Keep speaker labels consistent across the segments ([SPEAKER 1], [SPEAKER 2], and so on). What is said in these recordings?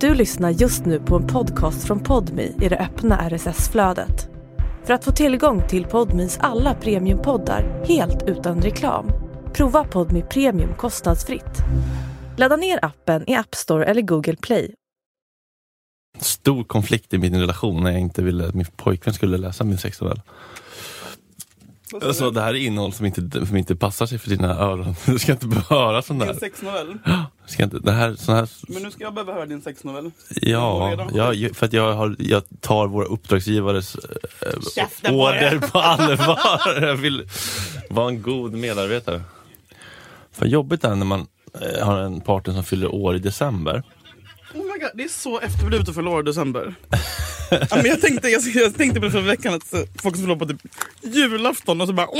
[SPEAKER 1] Du lyssnar just nu på en podcast från Podmi i det öppna RSS-flödet. För att få tillgång till Podmis alla premiumpoddar helt utan reklam, prova Podmi Premium kostnadsfritt. Ladda ner appen i App Store eller Google Play.
[SPEAKER 2] Stor konflikt i min relation när jag inte ville att min pojkvän skulle läsa min sexnovell. Alltså, det här är innehåll som inte, som inte passar sig för dina öron. Du ska inte behöva höra sånt
[SPEAKER 3] Din
[SPEAKER 2] där.
[SPEAKER 3] sexnovell.
[SPEAKER 2] Du Ska inte, det här, sån här
[SPEAKER 3] Men nu ska jag behöva höra din sexnovell.
[SPEAKER 2] ja, ja, ju- för att jag, har, jag tar våra uppdragsgivares äh,
[SPEAKER 3] Käften på
[SPEAKER 2] order
[SPEAKER 3] dig.
[SPEAKER 2] på allvar. Jag vill vara en god medarbetare. För jobbigt är när man eh, har en partner som fyller år i december.
[SPEAKER 3] Oh my God, det är så efterblivet för i december. ja, men jag, tänkte, jag, jag tänkte på det förra veckan att eh, folk skulle på typ julafton och så bara... "Wah!"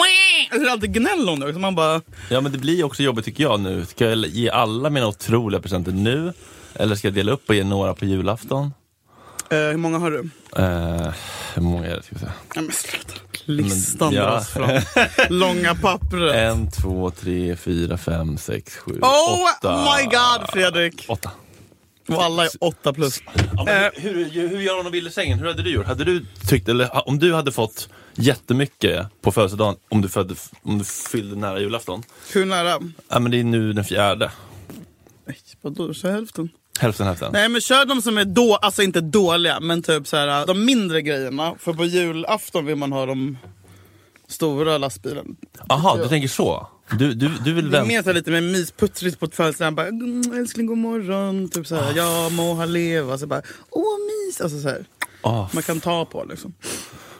[SPEAKER 3] Alltså, Det är alltid gnäll om det. Så man bara...
[SPEAKER 2] Ja men det blir också jobbigt tycker jag nu. Ska jag ge alla mina otroliga presenter nu? Eller ska jag dela upp och ge några på julafton?
[SPEAKER 3] Eh, hur många har du?
[SPEAKER 2] Eh, hur många är det? Ska vi se.
[SPEAKER 3] Nej men sluta. Listan
[SPEAKER 2] Men, ja. Eh,
[SPEAKER 3] dras fram. Långa pappret.
[SPEAKER 2] En, två, tre, fyra, fem, sex, sju,
[SPEAKER 3] oh
[SPEAKER 2] åtta.
[SPEAKER 3] my god Fredrik!
[SPEAKER 2] Åtta.
[SPEAKER 3] Och alla är åtta plus.
[SPEAKER 2] Eh, hur, hur, hur gör honom vill i sängen? Hur hade du gjort? Hade du tyckt, eller ha- om du hade fått jättemycket på födelsedagen om du, födde, om du fyllde nära julafton?
[SPEAKER 3] Hur nära?
[SPEAKER 2] Ja men det är nu den fjärde.
[SPEAKER 3] Nej, vadå, du sa hälften.
[SPEAKER 2] Hälften hälften.
[SPEAKER 3] Nej men kör de som är då, alltså inte dåliga, men typ så här, de mindre grejerna. För på julafton vill man ha de stora lastbilen.
[SPEAKER 2] Jaha, du tänker så? Du, du, du vill
[SPEAKER 3] Det är
[SPEAKER 2] vänta?
[SPEAKER 3] mer så här lite mer mysputtrigt på födelsedagen. Bara, "Mm, älskling god morgon, typ så
[SPEAKER 2] Ah.
[SPEAKER 3] här, ja må han leva. Så bara, Åh mys, alltså så här.
[SPEAKER 2] Ah,
[SPEAKER 3] Man kan ta på liksom.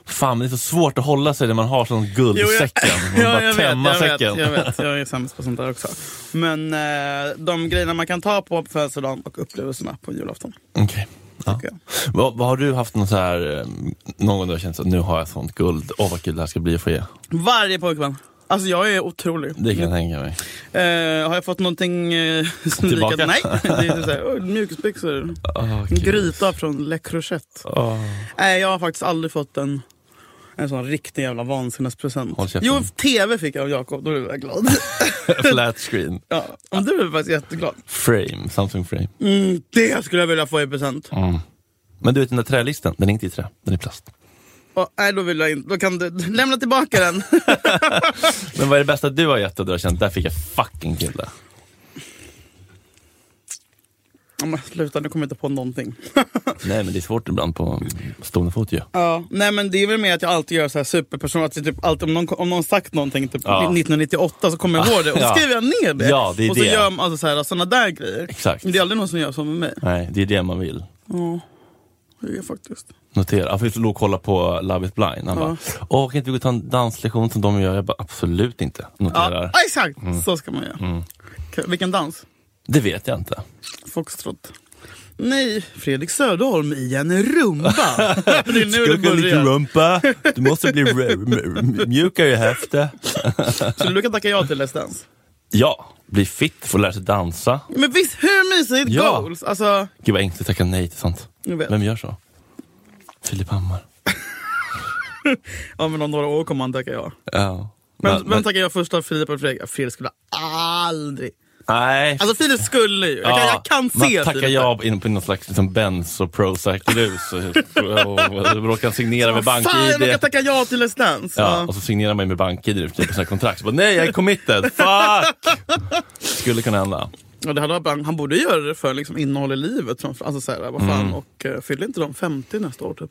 [SPEAKER 2] Fan, men det är så svårt att hålla sig när man har sån guldsäcken. Man
[SPEAKER 3] ja,
[SPEAKER 2] bara
[SPEAKER 3] jag, vet,
[SPEAKER 2] tämma
[SPEAKER 3] jag, vet,
[SPEAKER 2] säcken.
[SPEAKER 3] jag vet, jag är sämst på sånt där också. Men eh, de grejerna man kan ta på på födelsedagen och upplevelserna på julafton.
[SPEAKER 2] Okej. Ja.
[SPEAKER 3] tycker jag.
[SPEAKER 2] Vad, vad har du haft någon så här, eh, någon gång du har känt att nu har jag sånt guld, åh vad kul det här ska bli att få ge.
[SPEAKER 3] Varje pojkvän. Alltså jag är otrolig.
[SPEAKER 2] Det kan jag tänka mig.
[SPEAKER 3] Eh, har jag fått någonting eh, snikat?
[SPEAKER 2] Tillbaka?
[SPEAKER 3] Nej. Det är så här, oh, mjukisbyxor.
[SPEAKER 2] Åh,
[SPEAKER 3] En
[SPEAKER 2] kul.
[SPEAKER 3] Gryta från Le Crochet.
[SPEAKER 2] Åh.
[SPEAKER 3] Nej, jag har faktiskt aldrig fått en, en sån riktig jävla vansinnespresent.
[SPEAKER 2] Håll käften.
[SPEAKER 3] Jo, tv fick jag av Jakob. Då blev jag glad.
[SPEAKER 2] Flat screen,
[SPEAKER 3] ja, men du blev jag faktiskt jätteglad.
[SPEAKER 2] frame, Samsung frame.
[SPEAKER 3] Mm, det skulle jag vilja få i present.
[SPEAKER 2] Mm. Men du vet den där trälisten, den är inte i trä, den är i plast.
[SPEAKER 3] Och, nej, då vill jag inte. Då kan du lämna tillbaka den.
[SPEAKER 2] Men vad är det bästa du har gett och du har känt, där fick jag fucking till det.
[SPEAKER 3] Ja, men Sluta, nu kommer jag inte på någonting.
[SPEAKER 2] Nej men det är svårt ibland på stående fot ju.
[SPEAKER 3] Ja, nej men det är väl mer att jag alltid gör så här superperson. Att jag typ alltid, om, någon, om någon sagt någonting typ
[SPEAKER 2] Ja.
[SPEAKER 3] 1998 så kommer jag ihåg det och
[SPEAKER 2] Ja.
[SPEAKER 3] så skriver jag ner det.
[SPEAKER 2] Ja, det är
[SPEAKER 3] och så
[SPEAKER 2] det.
[SPEAKER 3] gör man alltså så här, såna där grejer.
[SPEAKER 2] Exakt.
[SPEAKER 3] Men det är aldrig någon som gör så med mig.
[SPEAKER 2] Nej, det är det man vill.
[SPEAKER 3] Ja, det är faktiskt.
[SPEAKER 2] Notera. Ja, för Vi låg och kollade på Love is blind. Han bara, åh kan inte vi gå och ta en danslektion som de gör? Jag bara, absolut inte. Noterar.
[SPEAKER 3] Ja, exakt,
[SPEAKER 2] Mm.
[SPEAKER 3] så ska man göra. Okej, Vilken dans?
[SPEAKER 2] Det vet jag inte.
[SPEAKER 3] Foxtrot. Nej, Fredrik Söderholm i en rumba. det är nu det
[SPEAKER 2] Skugga lite
[SPEAKER 3] börjar.
[SPEAKER 2] rumpa, du måste bli r- m- mjukare i höfter.
[SPEAKER 3] Så du kan tacka ja till Let's Dance.
[SPEAKER 2] Ja, bli fit, få lära sig dansa.
[SPEAKER 3] Men visst, hur mysigt?
[SPEAKER 2] Ja.
[SPEAKER 3] Goals! Alltså,
[SPEAKER 2] Gud vad ängsligt att tacka nej till sånt.
[SPEAKER 3] jag vet.
[SPEAKER 2] Vem gör så? Filip Hammar.
[SPEAKER 3] Ja, men om några år kommer han tacka ja.
[SPEAKER 2] Ja.
[SPEAKER 3] Men,
[SPEAKER 2] Men-
[SPEAKER 3] vem
[SPEAKER 2] men-
[SPEAKER 3] tackar jag först av Filip och Fredrik? Ja, Filip skulle aldrig...
[SPEAKER 2] Nej.
[SPEAKER 3] Alltså Filip skulle ju. Jag kan, jag kan
[SPEAKER 2] man
[SPEAKER 3] se
[SPEAKER 2] tackar
[SPEAKER 3] Filip.
[SPEAKER 2] ja in på någon slags liksom Benz och Prozac-rus och, och, och råkar signera med
[SPEAKER 3] Vad Fan, jag
[SPEAKER 2] BankID.
[SPEAKER 3] råkar tacka ja till Let's Dance.
[SPEAKER 2] Ja,
[SPEAKER 3] Ja.
[SPEAKER 2] och så signerar man ju med BankID nu för tiden typ, på sina kontrakt. Så bara, nej, jag är committed. Fuck! Skulle kunna hända.
[SPEAKER 3] Och det hade varit bra. han borde göra det för liksom, innehåll i livet. framför- Alltså, så här, vad fan. Och uh, fyller inte de 50 nästa år? Typ.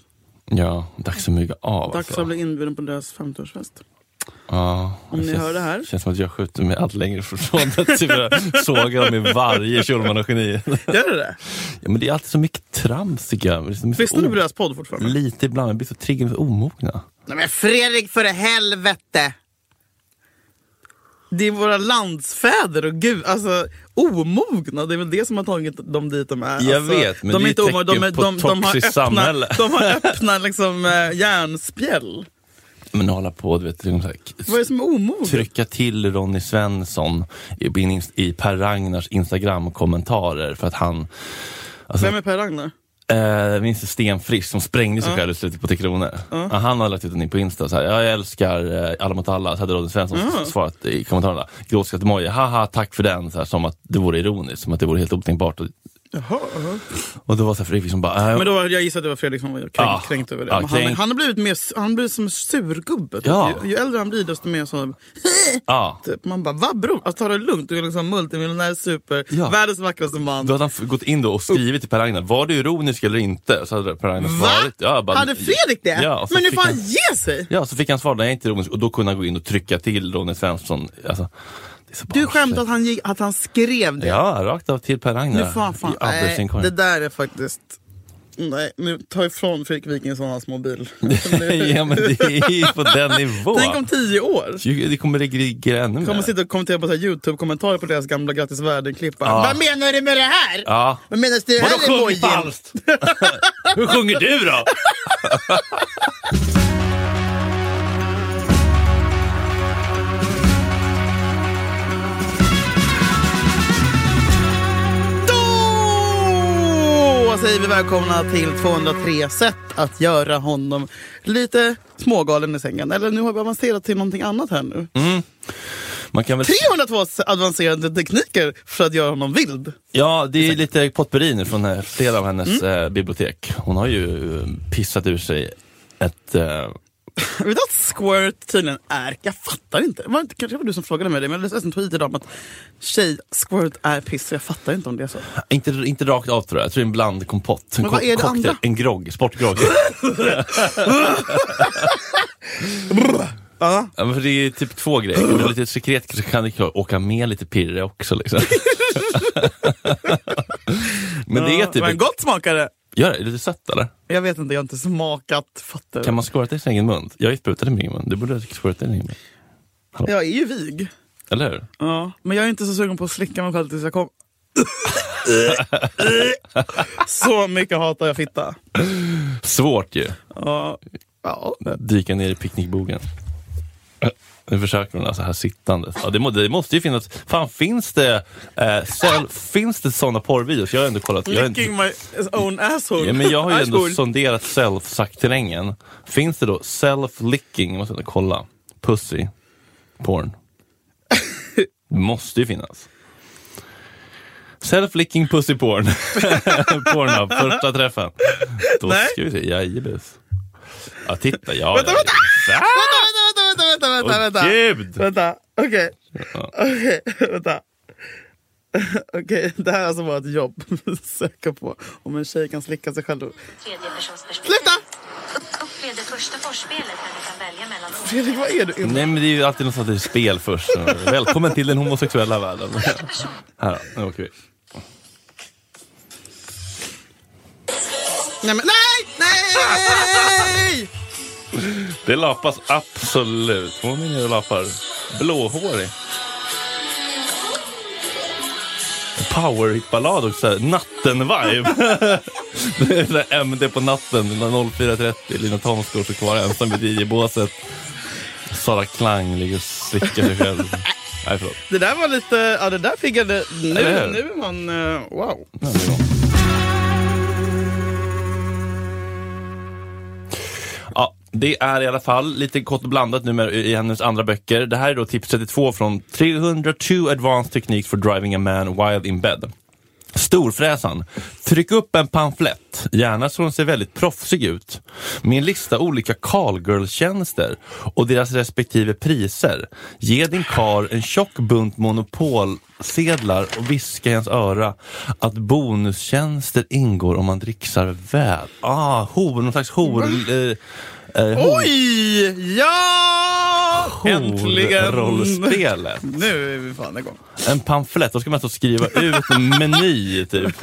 [SPEAKER 2] Ja, dags att mygga av
[SPEAKER 3] Dags
[SPEAKER 2] alltså.
[SPEAKER 3] att bli inbjuden på deras 50-årsfest.
[SPEAKER 2] Ja,
[SPEAKER 3] Om ni
[SPEAKER 2] känns,
[SPEAKER 3] hör det här.
[SPEAKER 2] känns som att jag skjuter mig allt längre från det. Typ jag sågar dem i varje Schulman-geni.
[SPEAKER 3] Gör det det?
[SPEAKER 2] Ja, men det är alltid så mycket trams tycker jag. Det är så mycket
[SPEAKER 3] Lyssnar du på
[SPEAKER 2] o-
[SPEAKER 3] deras podd fortfarande?
[SPEAKER 2] Lite ibland, jag blir så trigger, så omogna.
[SPEAKER 3] Nej men Fredrik för helvete! Det är våra landsfäder och gud, alltså omogna. Det är väl det som har tagit dem dit de är.
[SPEAKER 2] Jag
[SPEAKER 3] alltså,
[SPEAKER 2] vet, men
[SPEAKER 3] de
[SPEAKER 2] det är
[SPEAKER 3] inte
[SPEAKER 2] ett
[SPEAKER 3] omogna, de, är-
[SPEAKER 2] tecken på
[SPEAKER 3] de, de har
[SPEAKER 2] toxiskt
[SPEAKER 3] öppna,
[SPEAKER 2] samhälle.
[SPEAKER 3] de har öppna liksom, eh, järnspjäll.
[SPEAKER 2] Men hålla på, du vet, liksom så här,
[SPEAKER 3] Vad är det som är omoget?
[SPEAKER 2] trycka till Ronny Svensson i, i, i Per Ragnars Instagram-kommentarer för att han... Alltså,
[SPEAKER 3] Vem är Per Ragnar?
[SPEAKER 2] eh, minns du Sten Frisk som sprängde sig själv i slutet på Tre Kronor? Ja, han hade lagt ut en in på Insta så här, jag älskar eh, Alla mot alla, så hade Ronny Svensson s- svarat i kommentarerna, gråtskratt-emoji, haha tack för den, så här, som att det vore ironiskt, som att det vore helt otänkbart att
[SPEAKER 3] Jaha.
[SPEAKER 2] Och då var så här Fredrik liksom bara... Äh,
[SPEAKER 3] Men då, jag gissar att det var Fredrik som var kränkt,
[SPEAKER 2] Ja.
[SPEAKER 3] kränkt över det.
[SPEAKER 2] Ja,
[SPEAKER 3] Men han,
[SPEAKER 2] kränkt.
[SPEAKER 3] han har blivit mer, han blir som en surgubbe. typ.
[SPEAKER 2] Ja.
[SPEAKER 3] Ju, ju äldre han blir desto mer så
[SPEAKER 2] ja.
[SPEAKER 3] typ, Man bara, va bror? Alltså, ta det lugnt. Du är liksom multimiljonär, super,
[SPEAKER 2] Ja.
[SPEAKER 3] världens vackraste man.
[SPEAKER 2] Då hade han f- gått in då och skrivit till Per Ragnar, var du ironisk eller inte? Så hade Per Ragnar svarat. Ja, jag bara,
[SPEAKER 3] Hade Fredrik det?
[SPEAKER 2] Ja, och så
[SPEAKER 3] Men nu
[SPEAKER 2] fick
[SPEAKER 3] får han
[SPEAKER 2] han-
[SPEAKER 3] ge sig!
[SPEAKER 2] Ja, så fick han svar, nej jag är inte ironisk. Och då kunde han gå in och trycka till Ronny Svensson. Alltså, det är så
[SPEAKER 3] Du
[SPEAKER 2] barnsligt.
[SPEAKER 3] skämtar att han, gick, att han skrev det?
[SPEAKER 2] Ja, rakt av till Per Ragnar.
[SPEAKER 3] Nu fan, fan.
[SPEAKER 2] I
[SPEAKER 3] Nej,
[SPEAKER 2] adressinkorgen.
[SPEAKER 3] det där är faktiskt... Nej, nu ta ifrån Fredrik Wikingsson hans mobil.
[SPEAKER 2] ja, men det är ju på den nivån.
[SPEAKER 3] Tänk om tio år.
[SPEAKER 2] Det kommer reagera ännu
[SPEAKER 3] Kommer
[SPEAKER 2] mer.
[SPEAKER 3] sitta och kommentera på så här Youtube-kommentarer på deras gamla Grattis världen-klipp.
[SPEAKER 2] Ja.
[SPEAKER 3] Vad menar du med det här?
[SPEAKER 2] Ja.
[SPEAKER 3] Vad menar du med det här
[SPEAKER 2] Vadå sjunger
[SPEAKER 3] emojin?
[SPEAKER 2] falskt? Hur sjunger du då?
[SPEAKER 3] Då säger vi välkomna till 203 sätt att göra honom lite smågalen i sängen. Eller nu har vi avancerat till någonting annat här nu.
[SPEAKER 2] Man kan väl...
[SPEAKER 3] 302 avancerade tekniker för att göra honom vild.
[SPEAKER 2] Ja, det är lite potpurri nu från eh, flera av hennes
[SPEAKER 3] Mm.
[SPEAKER 2] eh, bibliotek. Hon har ju eh, pissat ur sig ett... Eh,
[SPEAKER 3] Jag vet att squirt tydligen är, jag fattar inte. Var det, inte- kanske var du som frågade mig det, men jag läste en tweet idag om att tjej, squirt är piss. Jag fattar inte om det är så.
[SPEAKER 2] inte, inte rakt av tror jag, jag tror det är en blandkompott. En
[SPEAKER 3] Men vad
[SPEAKER 2] ko-
[SPEAKER 3] är det
[SPEAKER 2] cocktail,
[SPEAKER 3] andra?
[SPEAKER 2] En grogg, sportgrogg.
[SPEAKER 3] Ja.
[SPEAKER 2] ja, men för det är typ två grejer. Om det är lite sekret så kan det klart åka med lite pirre också. Liksom. men det är typ...
[SPEAKER 3] Men gott smakar det.
[SPEAKER 2] Gör det, är det lite sött eller?
[SPEAKER 3] Jag vet inte, jag har inte smakat. Fattar
[SPEAKER 2] Kan man squirta i sin egen mun? Jag sprutade i min egen mun. Du borde squirta i din egen mun.
[SPEAKER 3] Jag är ju vig.
[SPEAKER 2] Eller hur?
[SPEAKER 3] Ja, men jag är inte så sugen på att slicka mig själv tills jag kom. så mycket hatar jag fitta.
[SPEAKER 2] Svårt ju.
[SPEAKER 3] Ja. Ja.
[SPEAKER 2] Dyka ner i picknickbogen. Äh, Nu försöker hon alltså här sittandes. Ja, det, må, det måste ju finnas. Fan, finns det, eh, sel, finns det sådana porrvideos? Jag har ändå kollat. Jag har inte-
[SPEAKER 3] Licking my own asshole.
[SPEAKER 2] Ja, men jag har ju ändå
[SPEAKER 3] Asshole.
[SPEAKER 2] sonderat self-terrängen. Finns det då self-licking? Måste jag ändå kolla. Pussy. Porn. Det måste ju finnas. Self-licking pussy porn. Pornhub, första träffen. Då
[SPEAKER 3] Nej.
[SPEAKER 2] ska vi se, jajebus. Ja, titta, ja.
[SPEAKER 3] Vänta,
[SPEAKER 2] ja,
[SPEAKER 3] vänta!
[SPEAKER 2] ja.
[SPEAKER 3] Vänta,
[SPEAKER 2] Ah! Åh,
[SPEAKER 3] vänta, vänta, vänta, vänta.
[SPEAKER 2] gud!
[SPEAKER 3] Vänta, okej.
[SPEAKER 2] Ja.
[SPEAKER 3] Okej, vänta. Okej, det här är alltså bara ett jobb. Söka på om en tjej kan slicka sig själv.
[SPEAKER 4] Tredjepersonsperspektiv.
[SPEAKER 3] Sluta!
[SPEAKER 4] Upplev det första förspelet när du kan välja mellan
[SPEAKER 3] Fredrik, vad är du?
[SPEAKER 2] Nej men det är ju alltid något sånt där spel först. Välkommen till den homosexuella världen. Här då, nu åker vi.
[SPEAKER 3] Nej, men nej! Nej!
[SPEAKER 2] Det lapas absolut. Hon är nere och lapar. Blåhårig. Powerhit-ballad också. så här, Natten-vibe. Det är så här MD på natten, 04.30. Lina Thomsgård står kvar ensam vid DJ-båset. Sara Klang ligger och slickar sig själv. Nej, förlåt.
[SPEAKER 3] Det där var lite, ja det där piggade, nu,
[SPEAKER 2] Eller hur?
[SPEAKER 3] nu är man, eh, wow.
[SPEAKER 2] Nej, det är bra. Ja, det är i alla fall lite kort blandat nummer i hennes andra böcker. Det här är då tips 32 från 302 Advanced Techniques for Driving a Man Wild in Bed. Storfräsan. Tryck upp en pamflett, gärna så den ser väldigt proffsig ut, med en lista olika callgirl-tjänster och deras respektive priser. Ge din kar en tjock bunt monopolsedlar och viska i hans öra att bonustjänster ingår om man dricksar väl. Ah, hor, någon slags hor... Eh, eh, hor
[SPEAKER 3] Oj! Ja! Äntligen!
[SPEAKER 2] Rollspelet.
[SPEAKER 3] Nu är vi fan igång.
[SPEAKER 2] En pamflett, då ska man alltså skriva ut en meny typ.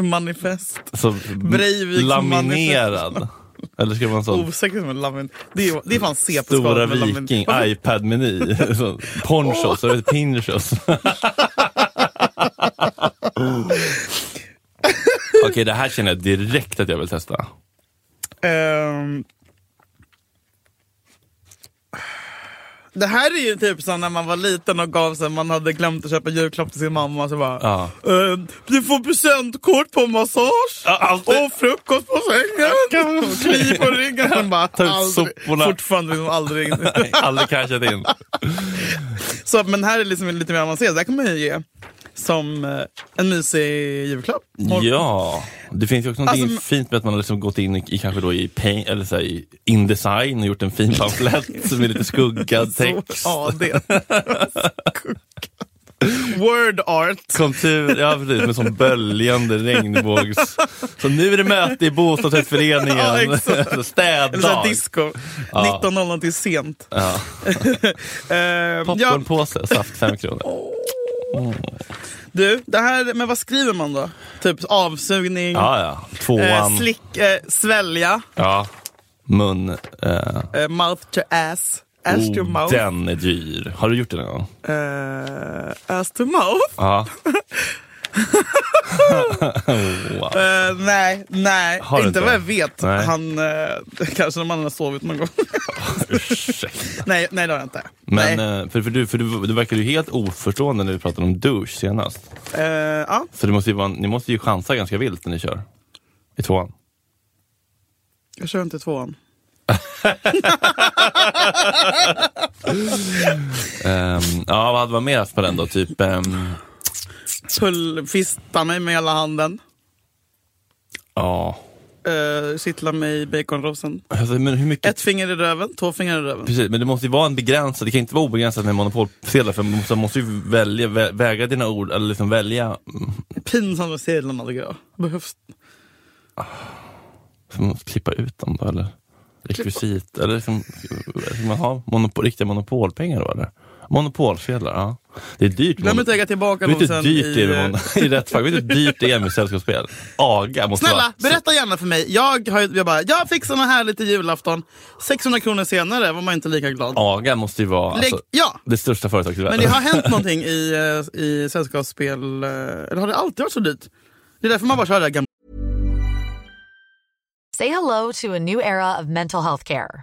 [SPEAKER 3] Manifest.
[SPEAKER 2] Så
[SPEAKER 3] Breiviks
[SPEAKER 2] laminerad. Eller ska man sån
[SPEAKER 3] Osäkert med lamin. Det är, det är fan
[SPEAKER 2] Stora
[SPEAKER 3] CP-skalet med lamin.
[SPEAKER 2] Viking,
[SPEAKER 3] Varför-
[SPEAKER 2] iPad-meny. Så, Ponchos, eller Pinchos. Okej, det här känner jag direkt att jag vill testa.
[SPEAKER 3] Ehm. Det här är ju typ som när man var liten och gav sig, man hade glömt att köpa julklapp till sin mamma. Så bara,
[SPEAKER 2] Ja.
[SPEAKER 3] ehm, du får presentkort på massage
[SPEAKER 2] Ja, alltid.
[SPEAKER 3] och frukost på sängen. Och Kli på ryggen. Man bara,
[SPEAKER 2] ut
[SPEAKER 3] aldrig,
[SPEAKER 2] soporna.
[SPEAKER 3] fortfarande liksom aldrig.
[SPEAKER 2] Aldrig cashat in.
[SPEAKER 3] så, men här är liksom lite mer avancerat, det här kan man ju ge som eh, en mysig julklapp. Hon-
[SPEAKER 2] Ja, det finns ju också något
[SPEAKER 3] Alltså, men-
[SPEAKER 2] fint med att man har liksom gått in i, i kanske då i, pain, eller så här, i Indesign och gjort en fin pamflett med lite skuggad text.
[SPEAKER 3] Så, ja, det. Word art.
[SPEAKER 2] Kontur, ja precis, med sån böljande regnbågs... Så nu är det möte i bostadsrättsföreningen,
[SPEAKER 3] Ja, exakt.
[SPEAKER 2] Så
[SPEAKER 3] Eller så här
[SPEAKER 2] städdag.
[SPEAKER 3] disco.
[SPEAKER 2] Ja.
[SPEAKER 3] 19.00 till sent.
[SPEAKER 2] Ja.
[SPEAKER 3] Eh, ja,
[SPEAKER 2] Popcornpåse, saft fem kronor.
[SPEAKER 3] du, det här, men vad skriver man då? Typ avsugning,
[SPEAKER 2] Ja, ja.
[SPEAKER 3] eh,
[SPEAKER 2] Tvåan.
[SPEAKER 3] slick, eh, svälja,
[SPEAKER 2] Ja. Mun. Eh,
[SPEAKER 3] eh, mouth to ass. Ass to
[SPEAKER 2] oh,
[SPEAKER 3] mouth.
[SPEAKER 2] den är dyr. Har du gjort det någon gång?
[SPEAKER 3] Eh, ass to mouth.
[SPEAKER 2] Ja. wow.
[SPEAKER 3] Eh, nej, nej,
[SPEAKER 2] Har du
[SPEAKER 3] inte
[SPEAKER 2] inte?
[SPEAKER 3] vad jag vet.
[SPEAKER 2] Nej.
[SPEAKER 3] Han, eh, kanske när man har sovit någon gång.
[SPEAKER 2] Ursäkta.
[SPEAKER 3] nej, nej, det har jag inte.
[SPEAKER 2] Men
[SPEAKER 3] nej.
[SPEAKER 2] eh, för, för, du, för du, du verkar ju helt oförstående när vi pratade om douche senast.
[SPEAKER 3] Eh, ja.
[SPEAKER 2] Så det måste ju vara, en- ni måste ju chansa ganska vilt när ni kör. I tvåan.
[SPEAKER 3] Jag kör inte tvåan.
[SPEAKER 2] Ehm, ja, vad hade man mer haft på den då? Typ... ehm,
[SPEAKER 3] Pull, fista mig med hela handen.
[SPEAKER 2] Ja.
[SPEAKER 3] Uh, sittla mig i baconrosen.
[SPEAKER 2] Alltså, men hur mycket...
[SPEAKER 3] Ett finger i röven, två fingrar i röven.
[SPEAKER 2] Precis, men det måste ju vara en begränsad, det kan inte vara obegränsat med monopolsedlar för man måste- man måste ju välja, vä- väga dina ord, eller liksom välja, mm,
[SPEAKER 3] Pinsamt med sedlarna tycker jag. Behövs.
[SPEAKER 2] så man måste klippa ut dem då eller? Rekvisit, eller liksom, ska man ha monopol, riktiga monopolpengar då eller? Monopolsedlar, ja. Det är dyrt.
[SPEAKER 3] Glöm
[SPEAKER 2] monop-
[SPEAKER 3] inte att lägga tillbaka
[SPEAKER 2] Vet du hur
[SPEAKER 3] rosen
[SPEAKER 2] dyrt det
[SPEAKER 3] i... eh,
[SPEAKER 2] är med mon- i rätt fall? Vet du hur dyrt det är med sällskapsspel? Aga måste
[SPEAKER 3] Snälla,
[SPEAKER 2] vara.
[SPEAKER 3] berätta gärna för mig. Jag, har, ju- jag bara, jag fick såna här lite julafton. 600 kronor senare var man inte lika glad.
[SPEAKER 2] Aga måste ju vara
[SPEAKER 3] Lägg,
[SPEAKER 2] alltså,
[SPEAKER 3] ja,
[SPEAKER 2] det största företaget i
[SPEAKER 3] men
[SPEAKER 2] världen.
[SPEAKER 3] det har hänt någonting i, eh, i sällskapsspel. eh, Eller har det alltid varit så dyrt? Det är därför man bara kör det här gamla
[SPEAKER 5] Say hello to a new era of mental health care.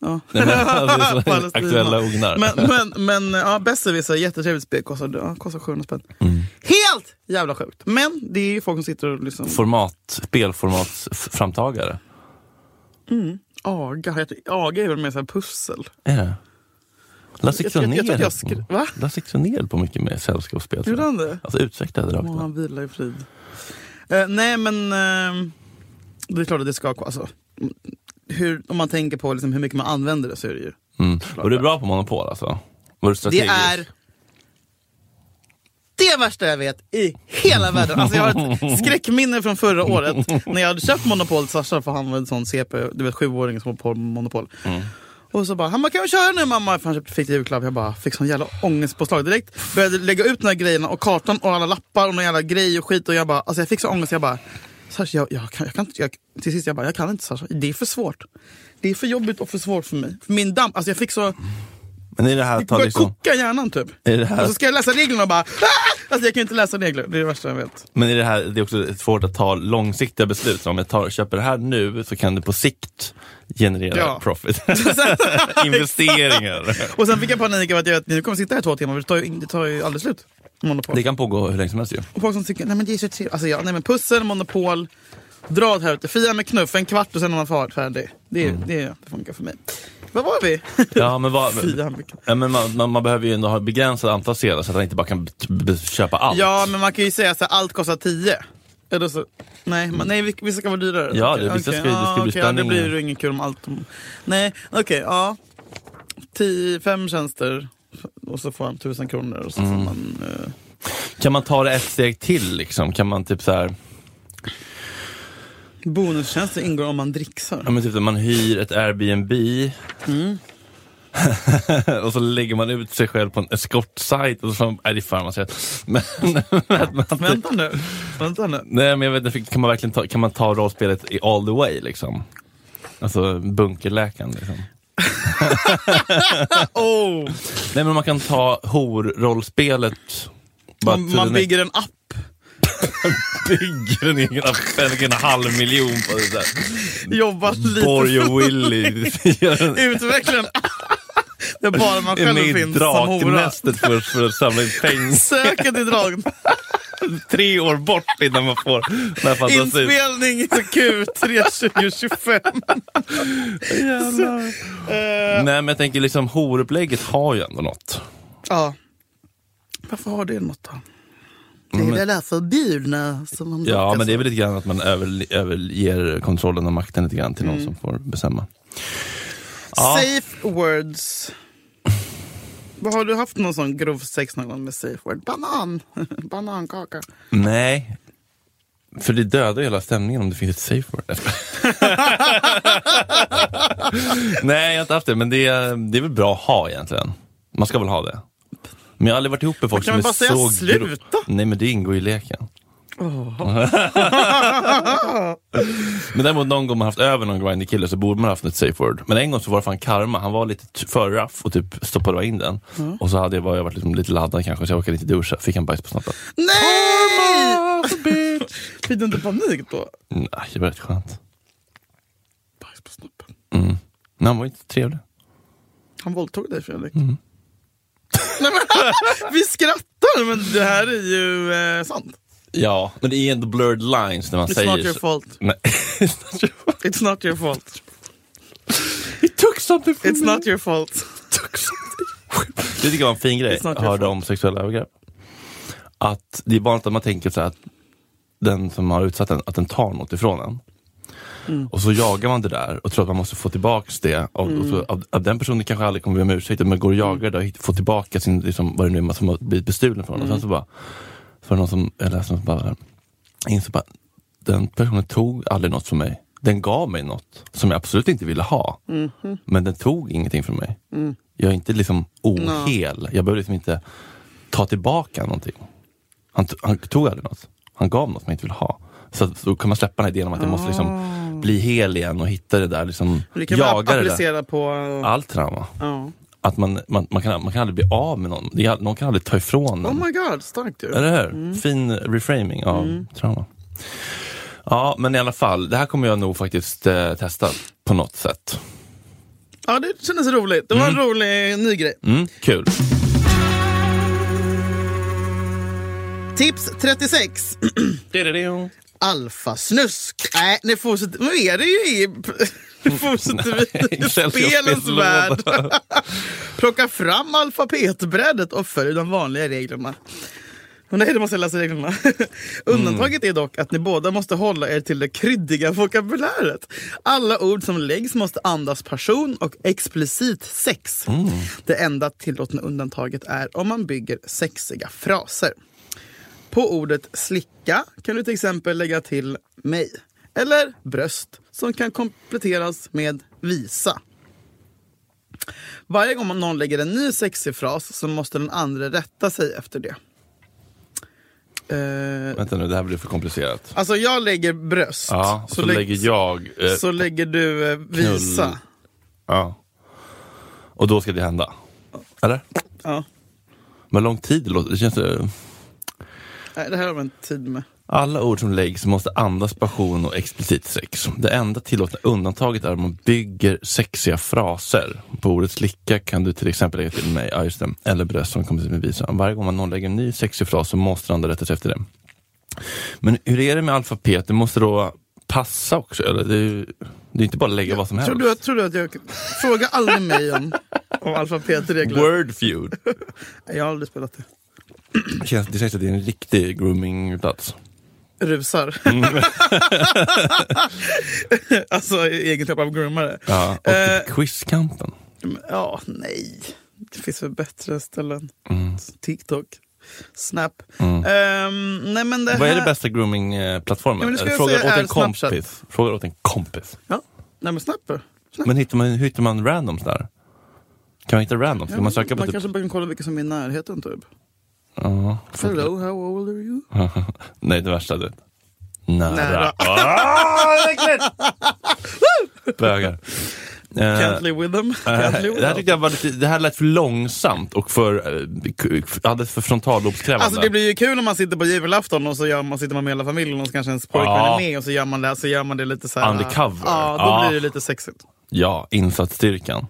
[SPEAKER 3] Ja.
[SPEAKER 2] Nej, men, alltså, det är så
[SPEAKER 3] Palestina.
[SPEAKER 2] aktuella ugnar.
[SPEAKER 3] Men, men, men ja, besserwisser, jättetrevligt spel, kostar, ja, kostar 700 spänn. Helt jävla sjukt! Men det är ju folk som sitter och liksom...
[SPEAKER 2] Format, spelformatsframtagare.
[SPEAKER 3] Aga, jag tror- Aga är väl mer så här pussel.
[SPEAKER 2] Är det? Lasse
[SPEAKER 3] Jag tror- jag-
[SPEAKER 2] Kronér
[SPEAKER 3] jag tror att jag
[SPEAKER 2] höll på-
[SPEAKER 3] skri- va?
[SPEAKER 2] Lasse Kronér höll på mycket med sällskapsspel. tror
[SPEAKER 3] Gjorde
[SPEAKER 2] jag.
[SPEAKER 3] han det?
[SPEAKER 2] Alltså ursäkta det rakt
[SPEAKER 3] Må
[SPEAKER 2] av.
[SPEAKER 3] han vila i frid. Eh, nej men, eh, det är klart att det ska alltså, hur, Om man tänker på liksom, hur mycket man använder det så är det ju.
[SPEAKER 2] mm. Var du bra på Monopol alltså? Var du
[SPEAKER 3] Det
[SPEAKER 2] strategisk?
[SPEAKER 3] är det värsta jag vet i hela världen. Alltså jag har ett skräckminne från förra året när jag hade köpt Monopol. Sasha, för han var en sån CP, du vet sjuåring som var på Monopol. Och så bara, han bara, kan vi köra nu mamma? För han köpte- fick julklapp. Jag bara fick sån jävla ångestpåslag direkt. Började lägga ut de här grejerna och kartan och alla lappar och någon jävla grej och skit. Och jag bara, alltså jag fick så ångest. Jag bara, Sasha, jag, jag, kan, jag kan inte, jag, till sist jag bara, jag kan inte Sasha. Det är för svårt. Det är för jobbigt och för svårt för mig. För min damm, alltså jag fick så...
[SPEAKER 2] Men är det här att ta
[SPEAKER 3] Börjar
[SPEAKER 2] liksom...
[SPEAKER 3] koka hjärnan typ.
[SPEAKER 2] Är det här-
[SPEAKER 3] Och så ska jag läsa reglerna och bara... Ah! Alltså jag kan ju inte läsa regler, det är det värsta jag vet.
[SPEAKER 2] Men är det, här, det är också svårt att ta långsiktiga beslut. Så om jag tar, köper det här nu så kan det på sikt generera
[SPEAKER 3] Ja.
[SPEAKER 2] profit. Investeringar.
[SPEAKER 3] Och sen fick jag panik av att jag vet, nu kommer sitta här i två timmar, för det tar ju, det tar ju aldrig slut. Monopol.
[SPEAKER 2] Det kan pågå hur länge som helst ju.
[SPEAKER 3] Och folk som tycker, nej men det är så trevligt. Alltså ja, nej men pussel, monopol, dra åt helvete, fira med knuff, en kvart och sen är man far- färdig. Det, är,
[SPEAKER 2] Mm.
[SPEAKER 3] det, är, det funkar för mig. Vad var vi?
[SPEAKER 2] Ja, men vad,
[SPEAKER 3] Fy, vilken-
[SPEAKER 2] ja, men man, man, man behöver ju ändå ha ett begränsat antal sedlar så att man inte bara kan b- b- köpa allt.
[SPEAKER 3] ja men man kan ju säga så här, allt kostar 10. Eller så, nej, man, nej, vi- vissa ska vara dyrare.
[SPEAKER 2] Ja, det-
[SPEAKER 3] Okej,
[SPEAKER 2] vissa ska- det
[SPEAKER 3] okej,
[SPEAKER 2] ska
[SPEAKER 3] ja,
[SPEAKER 2] bli
[SPEAKER 3] okej,
[SPEAKER 2] spänning.
[SPEAKER 3] Ja, det blir ju inget kul om allt. Om, nej, okej, ja.
[SPEAKER 2] Mm.
[SPEAKER 3] 10, fem tjänster och så får han tusen kronor och så får man... eh,
[SPEAKER 2] Kan man ta det ett steg till liksom? Kan man typ så här,
[SPEAKER 3] Bonustjänster ingår om man dricksar.
[SPEAKER 2] ja men typ att man hyr ett Airbnb
[SPEAKER 3] Mm.
[SPEAKER 2] och så lägger man ut sig själv på en eskortsajt och så, nej det är fan vad man men, att man-
[SPEAKER 3] Vänta nu. Vänta nu.
[SPEAKER 2] Nej men jag vet inte, kan man verkligen ta, kan man ta rollspelet i all the way liksom? Alltså bunkerläkaren liksom.
[SPEAKER 3] Oh,
[SPEAKER 2] Nej men man kan ta horrollspelet. bara
[SPEAKER 3] man,
[SPEAKER 2] till
[SPEAKER 3] man
[SPEAKER 2] den-
[SPEAKER 3] bygger en app.
[SPEAKER 2] bygger en egen affär, en egen halv miljon på det där.
[SPEAKER 3] Jobbar lite.
[SPEAKER 2] Borg och Willy gör en-
[SPEAKER 3] Utveckla en app. Där bara man
[SPEAKER 2] är
[SPEAKER 3] själv
[SPEAKER 2] med i
[SPEAKER 3] finns som hora.
[SPEAKER 2] Draknästet först för att samla in pengar.
[SPEAKER 3] Söker till drag.
[SPEAKER 2] Tre år bort innan man får den här fantasin.
[SPEAKER 3] Inspelning i Q3 2025.
[SPEAKER 2] Nej
[SPEAKER 3] Eh.
[SPEAKER 2] men jag tänker liksom horupplägget har ju ändå något.
[SPEAKER 3] Ja. Varför har det något då? Det
[SPEAKER 2] Men-
[SPEAKER 3] är väl det här förbjudna som man
[SPEAKER 2] Mm. Ja,
[SPEAKER 3] lockas
[SPEAKER 2] men det är
[SPEAKER 3] av.
[SPEAKER 2] väl lite grann att man över, överger kontrollen och makten lite grann till någon
[SPEAKER 3] Mm.
[SPEAKER 2] som får bestämma. Ja.
[SPEAKER 3] Safe words. Vad Har du haft någon sån grov sex någon gång med safe word? Banan! Banankaka.
[SPEAKER 2] Nej. För det dödar ju hela stämningen om det finns ett safe word. Nej, jag har inte haft det, men det är, det är väl bra att ha egentligen. Man ska väl ha det. Men jag har aldrig varit ihop med folk som
[SPEAKER 3] Kan man bara
[SPEAKER 2] är
[SPEAKER 3] säga
[SPEAKER 2] så
[SPEAKER 3] sluta?
[SPEAKER 2] gro- Nej, men det ingår ju i leken. men däremot någon gång man haft över någon grindy kille så borde man haft ett safe word. Men en gång så var det fan karma. Han var lite t- för raff och typ stoppade bara in den.
[SPEAKER 3] Mm.
[SPEAKER 2] Och så hade jag, var jag varit liksom lite laddad kanske så jag orkade inte duscha. Fick han bajs på snoppen.
[SPEAKER 3] Nej! Fick du inte panik då?
[SPEAKER 2] Nej, Mm, det var rätt skönt.
[SPEAKER 3] Bajs på snoppen.
[SPEAKER 2] Men han var inte trevlig.
[SPEAKER 3] Han våldtog dig Fredrik.
[SPEAKER 2] Mm.
[SPEAKER 3] Nej, men, vi skrattar men det här är ju eh, sant.
[SPEAKER 2] Ja, men det är ändå blurred lines när man
[SPEAKER 3] It's
[SPEAKER 2] säger...
[SPEAKER 3] not your fault.
[SPEAKER 2] Nej. It's not your fault.
[SPEAKER 3] It's not your fault.
[SPEAKER 2] It took something from
[SPEAKER 3] It's not your fault.
[SPEAKER 2] Det tycker jag var en fin grej,
[SPEAKER 3] It's not your
[SPEAKER 2] hörde
[SPEAKER 3] fault.
[SPEAKER 2] om sexuella övergrepp. Att det är vanligt att man tänker så här att den som har utsatt en, att den tar något ifrån en.
[SPEAKER 3] Mm.
[SPEAKER 2] Och så jagar man det där och tror att man måste få tillbaks det. Och, och så, att, att den personen kanske aldrig kommer be om ursäkt, men går och
[SPEAKER 3] Mm.
[SPEAKER 2] jagar det och hitt- får tillbaka sin, liksom, vad det nu är som har blivit bestulen från.
[SPEAKER 3] Mm.
[SPEAKER 2] Och sen så bara, så var det någon som, jag läste någon som bara, insåg bara, den personen tog aldrig något från mig. Den gav mig något som jag absolut inte ville ha.
[SPEAKER 3] Mhm.
[SPEAKER 2] Men den tog ingenting från mig.
[SPEAKER 3] Mm.
[SPEAKER 2] Jag är inte liksom ohel. Jag behöver liksom inte ta tillbaka någonting. Han, t- han tog aldrig något. Han gav något man inte ville ha. Så, att- så kan man släppa den här idén om att jag måste liksom bli hel igen och hitta det där, liksom,
[SPEAKER 3] Men Ah. Det kan man
[SPEAKER 2] jaga det där.
[SPEAKER 3] applicera på...
[SPEAKER 2] Allt trauma.
[SPEAKER 3] Ja.
[SPEAKER 2] Att man, man, man, kan, man kan aldrig bli av med någon. Det är- Någon kan aldrig ta ifrån en.
[SPEAKER 3] Oh my god, starkt ju.
[SPEAKER 2] Eller hur? Fin reframing av trauma. Ja, men i alla fall. Det här kommer jag nog faktiskt eh, testa på något sätt.
[SPEAKER 3] Ja, det kändes roligt. Det var en rolig ny grej.
[SPEAKER 2] Mm, kul.
[SPEAKER 3] Tips 36. Alfasnusk. Nej, nu fortsätter Nu är det ju i... Nu fortsätter vi i spelens
[SPEAKER 2] Excelsior-spelslåda.
[SPEAKER 3] värld. Plocka fram alfabetbrädet och följ de vanliga reglerna. Och nej, det måste jag läsa reglerna. Undantaget är dock att ni båda måste hålla er till det kryddiga vokabuläret. Alla ord som läggs måste andas person och explicit sex. Det enda tillåtna undantaget är om man bygger sexiga fraser. På ordet slicka kan du till exempel lägga till mig. Eller bröst som kan kompletteras med visa. Varje gång någon lägger en ny sexig fras så måste den andra rätta sig efter det. Eh,
[SPEAKER 2] Vänta nu, det här blir för komplicerat.
[SPEAKER 3] alltså jag lägger bröst.
[SPEAKER 2] Ja, så,
[SPEAKER 3] lä-
[SPEAKER 2] lägger jag... Eh,
[SPEAKER 3] så lägger du eh, visa.
[SPEAKER 2] Ja. Och då ska det hända. Eller?
[SPEAKER 3] Ja.
[SPEAKER 2] Men lång tid det låter. Det känns... Eh,
[SPEAKER 3] Nej, det här har vi inte tid med.
[SPEAKER 2] alla ord som läggs måste andas passion och explicit sex. Det enda tillåtna undantaget är om man bygger sexiga fraser. På ordet slicka kan du till exempel lägga till mig, ja, just det, eller bröst som kommer till med visan. Varje gång man någonlägger en ny sexig fras så måste den andra rätta sig efter det. Men hur är det med alfabet? Det måste då passa också, eller? Det är, ju- det är inte bara att lägga vad som helst.
[SPEAKER 3] Tror du, att- tror du att jag... Fråga aldrig mig om, om alfabetregler.
[SPEAKER 2] Wordfeud.
[SPEAKER 3] Nej, Jag har aldrig spelat det.
[SPEAKER 2] Det känns, det känns att det är en riktig groomingplats.
[SPEAKER 3] rusar.
[SPEAKER 2] Mm.
[SPEAKER 3] alltså i egenskap av groomare.
[SPEAKER 2] Ja, och
[SPEAKER 3] Eh.
[SPEAKER 2] Quizkampen. Mm.
[SPEAKER 3] Men, Ja, nej. Det finns väl bättre ställen. TikTok. Snap. Ehm, nej, men det
[SPEAKER 2] Vad är det
[SPEAKER 3] här-
[SPEAKER 2] bästa
[SPEAKER 3] Ja, men
[SPEAKER 2] grooming-plattformen?
[SPEAKER 3] det skulle jag
[SPEAKER 2] Fråga
[SPEAKER 3] säga
[SPEAKER 2] åt
[SPEAKER 3] är
[SPEAKER 2] en kompis.
[SPEAKER 3] Snapchat.
[SPEAKER 2] Fråga åt en kompis.
[SPEAKER 3] Ja, nej, men Snap. Snap.
[SPEAKER 2] Men hittar man, hittar man randoms där? Kan man hitta randoms? Kan man söka på
[SPEAKER 3] man
[SPEAKER 2] typ...
[SPEAKER 3] kanske bara kan kolla vilka som är i närheten typ.
[SPEAKER 2] Ja.
[SPEAKER 3] Hello, how old are you?
[SPEAKER 2] Nej, det värsta du vet. Nära.
[SPEAKER 3] Nära.
[SPEAKER 2] Ah, äckligt! Bögar. Eh,
[SPEAKER 3] Can't live with them.
[SPEAKER 2] Eh,
[SPEAKER 3] Can't live
[SPEAKER 2] det, här
[SPEAKER 3] without
[SPEAKER 2] tyckte jag var lite, det här lät för långsamt och för, eh, k- k- hade för frontallobskrävande.
[SPEAKER 3] Alltså det blir ju kul om man sitter på julafton och så gör man, sitter man med hela familjen och så kanske ens pojkvän
[SPEAKER 2] Ja.
[SPEAKER 3] är med och så gör man det, så gör man det lite så här.
[SPEAKER 2] Undercover.
[SPEAKER 3] Ja, då
[SPEAKER 2] Ja.
[SPEAKER 3] blir det lite sexigt.
[SPEAKER 2] Ja, insatsstyrkan.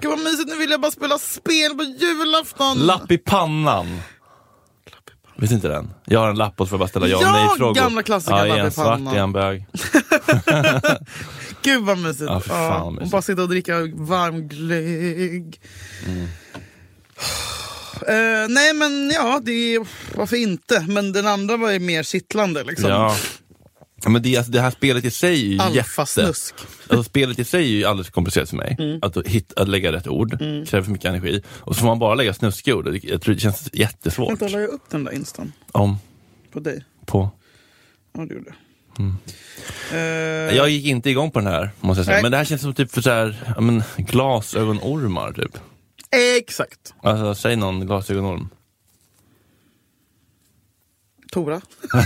[SPEAKER 3] Gud vad mysigt, nu vill jag bara spela spel på julafton!
[SPEAKER 2] Lapp i pannan! Vet inte den? Jag har en lapp och så får jag bara ställa ja och
[SPEAKER 3] Ja,
[SPEAKER 2] nej-frågor.
[SPEAKER 3] gamla klassiker,
[SPEAKER 2] ja, är
[SPEAKER 3] lapp i
[SPEAKER 2] han svart?
[SPEAKER 3] pannan.
[SPEAKER 2] Är han bög?
[SPEAKER 3] Gud vad mysigt!
[SPEAKER 2] Ja, för fan
[SPEAKER 3] Ja,
[SPEAKER 2] vad
[SPEAKER 3] och
[SPEAKER 2] mysigt.
[SPEAKER 3] bara sitta och dricka varm glögg.
[SPEAKER 2] Mm.
[SPEAKER 3] Eh, nej men ja, det är, varför inte? Men den andra var ju mer kittlande liksom.
[SPEAKER 2] Ja. Ja, Men det, alltså, det här spelet i sig är ju jätte...
[SPEAKER 3] Alfasnusk.
[SPEAKER 2] Alltså, spelet i sig är ju alldeles för komplicerat för mig.
[SPEAKER 3] Mm.
[SPEAKER 2] Att, hit, att lägga rätt ord kräver för mycket energi. Och så får man bara lägga snuskiga ord. Det- Jag tror det känns jättesvårt.
[SPEAKER 3] Vänta, la jag upp den där instan
[SPEAKER 2] Om,
[SPEAKER 3] på dig?
[SPEAKER 2] på.
[SPEAKER 3] Ja, det gjorde jag.
[SPEAKER 2] Mm.
[SPEAKER 3] Eh,
[SPEAKER 2] Jag gick inte igång på den här, måste jag säga.
[SPEAKER 3] Nej.
[SPEAKER 2] Men det här känns som typ för så här, ja, men, glasögonormar, typ.
[SPEAKER 3] Exakt.
[SPEAKER 2] Alltså, säg någon glasögonorm.
[SPEAKER 3] Tora.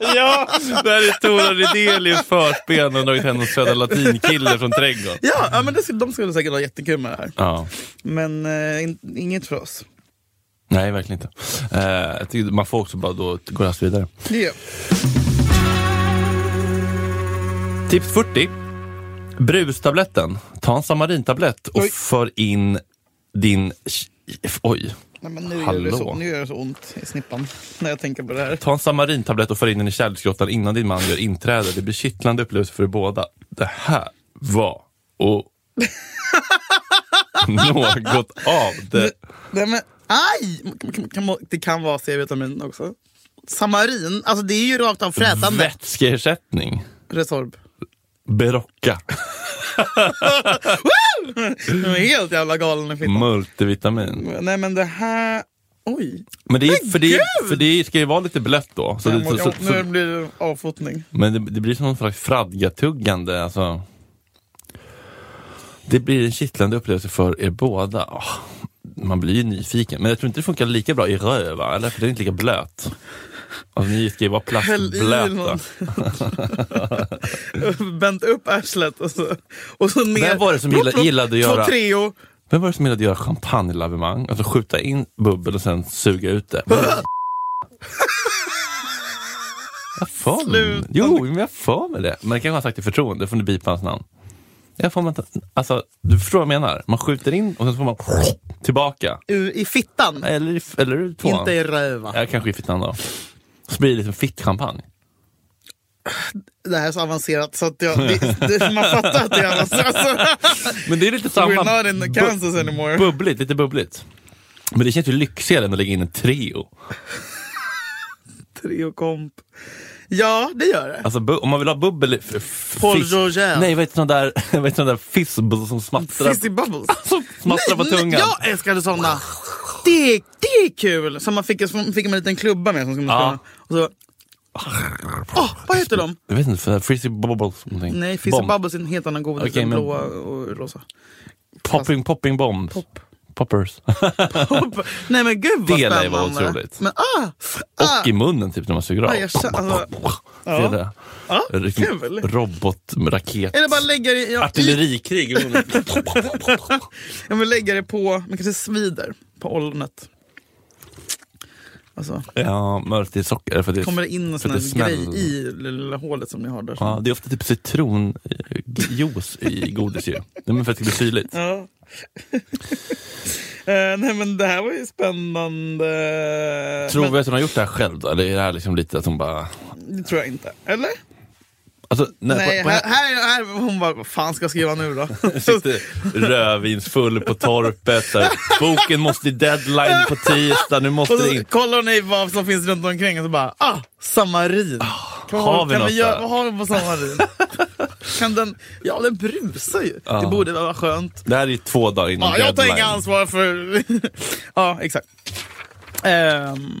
[SPEAKER 2] Ja, det här är Tora Rydelius förspel när hon dragit hem någon Södra Latin-kille från trädgården.
[SPEAKER 3] Ja, ja men det, skulle- de skulle säkert ha jättekul med det här.
[SPEAKER 2] Ja.
[SPEAKER 3] Men eh, in, inget för oss.
[SPEAKER 2] Nej, verkligen inte. Eh, jag tycker man får också bara då gå raskt vidare.
[SPEAKER 3] Det gör.
[SPEAKER 2] Tips 40. Brustabletten. Ta en samarintablett och
[SPEAKER 3] Oj.
[SPEAKER 2] för in din... Oj.
[SPEAKER 3] Nej, men nu, gör
[SPEAKER 2] Hallå.
[SPEAKER 3] det så, nu gör det så ont i snippan när jag tänker på det här.
[SPEAKER 2] Ta en samarintablett och för in den i kärleksgrottan innan din man gör inträde. Det blir kittlande upplevelse för er båda. Det här var... Och... Något av det
[SPEAKER 3] Nej, men, aj! Kan- kan- kan- Det kan vara C-vitamin också. Samarin, alltså det är ju rakt av frätande.
[SPEAKER 2] vätskeersättning.
[SPEAKER 3] Resorb.
[SPEAKER 2] Berocca.
[SPEAKER 3] De är helt jävla galen i fittan.
[SPEAKER 2] Multivitamin.
[SPEAKER 3] Nej men det här... Oj.
[SPEAKER 2] Men det, är,
[SPEAKER 3] Men
[SPEAKER 2] för, det är,
[SPEAKER 3] gud!
[SPEAKER 2] för det ska ju vara lite blött då. Så det, så, så,
[SPEAKER 3] nu
[SPEAKER 2] så,
[SPEAKER 3] blir det avfotning.
[SPEAKER 2] men det, det blir som någon slags fradgatuggande. Alltså. Det blir en kittlande upplevelse för er båda. Åh, man blir ju nyfiken. Men jag tror inte det funkar lika bra i röv, va? eller? För den är inte lika blöt. Alltså, ni ska ju vara
[SPEAKER 3] Häll i
[SPEAKER 2] plastblöta.
[SPEAKER 3] någon. Bänt upp arslet och så, och så ner.
[SPEAKER 2] Vem var det som
[SPEAKER 3] Plopp,
[SPEAKER 2] gilla-
[SPEAKER 3] plopp,
[SPEAKER 2] gillade att göra-
[SPEAKER 3] Två trio.
[SPEAKER 2] Vem var det som gillade att göra champagnelabbemang? Alltså skjuta in bubbel och sen suga ut det. Men- Vad för mig?
[SPEAKER 3] Sluta.
[SPEAKER 2] Jo, men jag får med det. Men det kanske har sagt i förtroende, då får ni bipa hans namn. Jag får man ta, alltså, du förstår vad jag menar? Man skjuter in och sen får man tillbaka.
[SPEAKER 3] Ur, I fittan.
[SPEAKER 2] Eller, i- eller i tvåan.
[SPEAKER 3] Inte i röva.
[SPEAKER 2] Ja, kanske i fittan då. Så blir det lite fittchampagne.
[SPEAKER 3] Det här är så avancerat så att jag, det, det, man fattar att det är avancerat. Alltså,
[SPEAKER 2] Men det är lite samma.
[SPEAKER 3] We're not
[SPEAKER 2] bu-
[SPEAKER 3] in Kansas anymore.
[SPEAKER 2] Bubbligt, lite bubbligt. Men det känns ju lyxigare än att lägga in en trio.
[SPEAKER 3] trio komp. Ja, det gör det.
[SPEAKER 2] Alltså bu- om man vill ha bubbel... i- f- f-
[SPEAKER 3] Paul
[SPEAKER 2] fisk-
[SPEAKER 3] Georgette.
[SPEAKER 2] Nej, vad heter sån där, vad heter sån där fiskbubbel som smattrar,
[SPEAKER 3] Fizzy bubbles.
[SPEAKER 2] som smattrar på
[SPEAKER 3] Nej, nej,
[SPEAKER 2] tungan?
[SPEAKER 3] Jag älskade sådana. Det, det är kul! Så man fick, så fick man en liten klubba med som skulle
[SPEAKER 2] Ja.
[SPEAKER 3] ja. och så, Åh, Vad heter de?
[SPEAKER 2] Jag vet inte, för fizzy bubbles någonting.
[SPEAKER 3] Nej, Fizzy
[SPEAKER 2] Bomb.
[SPEAKER 3] Bubbles är en helt annan godis
[SPEAKER 2] Okej,
[SPEAKER 3] än
[SPEAKER 2] men-
[SPEAKER 3] blåa och rosa.
[SPEAKER 2] Popping, popping bombs.
[SPEAKER 3] Pop.
[SPEAKER 2] Poppers.
[SPEAKER 3] Hopp. Nej men gud vad
[SPEAKER 2] Det lär ju
[SPEAKER 3] spännande.
[SPEAKER 2] vara otroligt.
[SPEAKER 3] Men ah! ah
[SPEAKER 2] Och i munnen typ när man suger av.
[SPEAKER 3] Ja, jag känner- alltså-
[SPEAKER 2] Ser du det?
[SPEAKER 3] Ja,
[SPEAKER 2] Liksom
[SPEAKER 3] kul.
[SPEAKER 2] Robot, raket,
[SPEAKER 3] Eller bara lägga det, ja, i,
[SPEAKER 2] artillerikrig i munnen.
[SPEAKER 3] jag vill lägga det på, man kanske svider på ollonet. Alltså,
[SPEAKER 2] ja, mörkt i socker. För det,
[SPEAKER 3] kommer det in en
[SPEAKER 2] för
[SPEAKER 3] sån
[SPEAKER 2] att
[SPEAKER 3] här
[SPEAKER 2] smäller.
[SPEAKER 3] grej i det lilla hålet som ni har där.
[SPEAKER 2] Ja, det är ofta typ citronjuice i godis ju. Nej, men för att det blir syrligt.
[SPEAKER 3] Ja. Eh, nej men det här var ju spännande.
[SPEAKER 2] Tror
[SPEAKER 3] men,
[SPEAKER 2] vi att hon har gjort det här själv då? Eller är det här liksom lite att hon bara...
[SPEAKER 3] Det tror jag inte. Eller?
[SPEAKER 2] Alltså, när,
[SPEAKER 3] Nej,
[SPEAKER 2] på, på,
[SPEAKER 3] här, här, här, hon bara, vad fan ska jag skriva nu då?
[SPEAKER 2] sitter rödvinsfull på torpet. Så här, boken måste i deadline på tisdag, nu måste
[SPEAKER 3] Och
[SPEAKER 2] det
[SPEAKER 3] så
[SPEAKER 2] in.
[SPEAKER 3] kollar hon i vad som finns runt omkring och så bara, ah, samarin. Kan
[SPEAKER 2] Ah, har vi
[SPEAKER 3] kan
[SPEAKER 2] något
[SPEAKER 3] vi göra,
[SPEAKER 2] där?
[SPEAKER 3] Vad har vi på samarin? kan den, ja den brusar ju. Det borde vara skönt.
[SPEAKER 2] Det här är ju två dagar innan
[SPEAKER 3] Ja, jag tar
[SPEAKER 2] deadline.
[SPEAKER 3] inga ansvar för... ja, exakt. Ehm,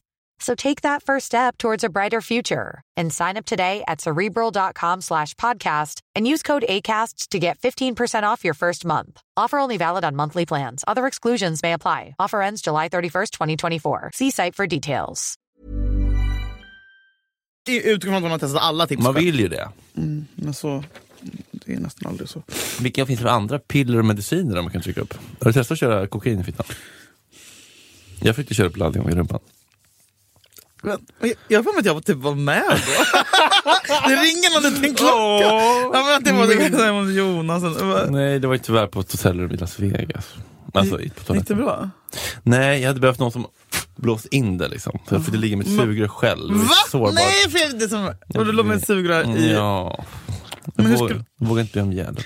[SPEAKER 5] So take that first step towards a brighter future and sign up today at cerebral.com slash podcast and use code ACAST to get 15% off your first month. Offer only valid on monthly plans. Other exclusions may apply. Offer ends July 31st, 2024. See site for details.
[SPEAKER 3] utgå från att man har testat alla tips.
[SPEAKER 2] Man vill ju det.
[SPEAKER 3] Men så, det är nästan aldrig så.
[SPEAKER 2] Vilka finns det för andra piller och mediciner man kan trycka upp? Har du testat att köra kokain i fittan? Jag försökte köra upp laddning i rumpan.
[SPEAKER 3] Men, jag- jag har för mig att jag typ var med då. det ringer någon liten klocka. Ja, men att det var det var Jonas. eller- vad-
[SPEAKER 2] Nej, det var ju tyvärr på ett hotellrum i Las Vegas. Alltså, i- på
[SPEAKER 3] Gick det
[SPEAKER 2] toaletten.
[SPEAKER 3] bra?
[SPEAKER 2] Nej, jag hade behövt någon som blåst in det liksom. För jag fick ligga med ett sugrör själv. Det var
[SPEAKER 3] Va?
[SPEAKER 2] sårbart. Mm,
[SPEAKER 3] Nej, för jag- det som, och du låg med ett sugrör i...
[SPEAKER 2] Ja.
[SPEAKER 3] Men hur
[SPEAKER 2] Våg-
[SPEAKER 3] skulle-
[SPEAKER 2] Vågar inte be om hjälp.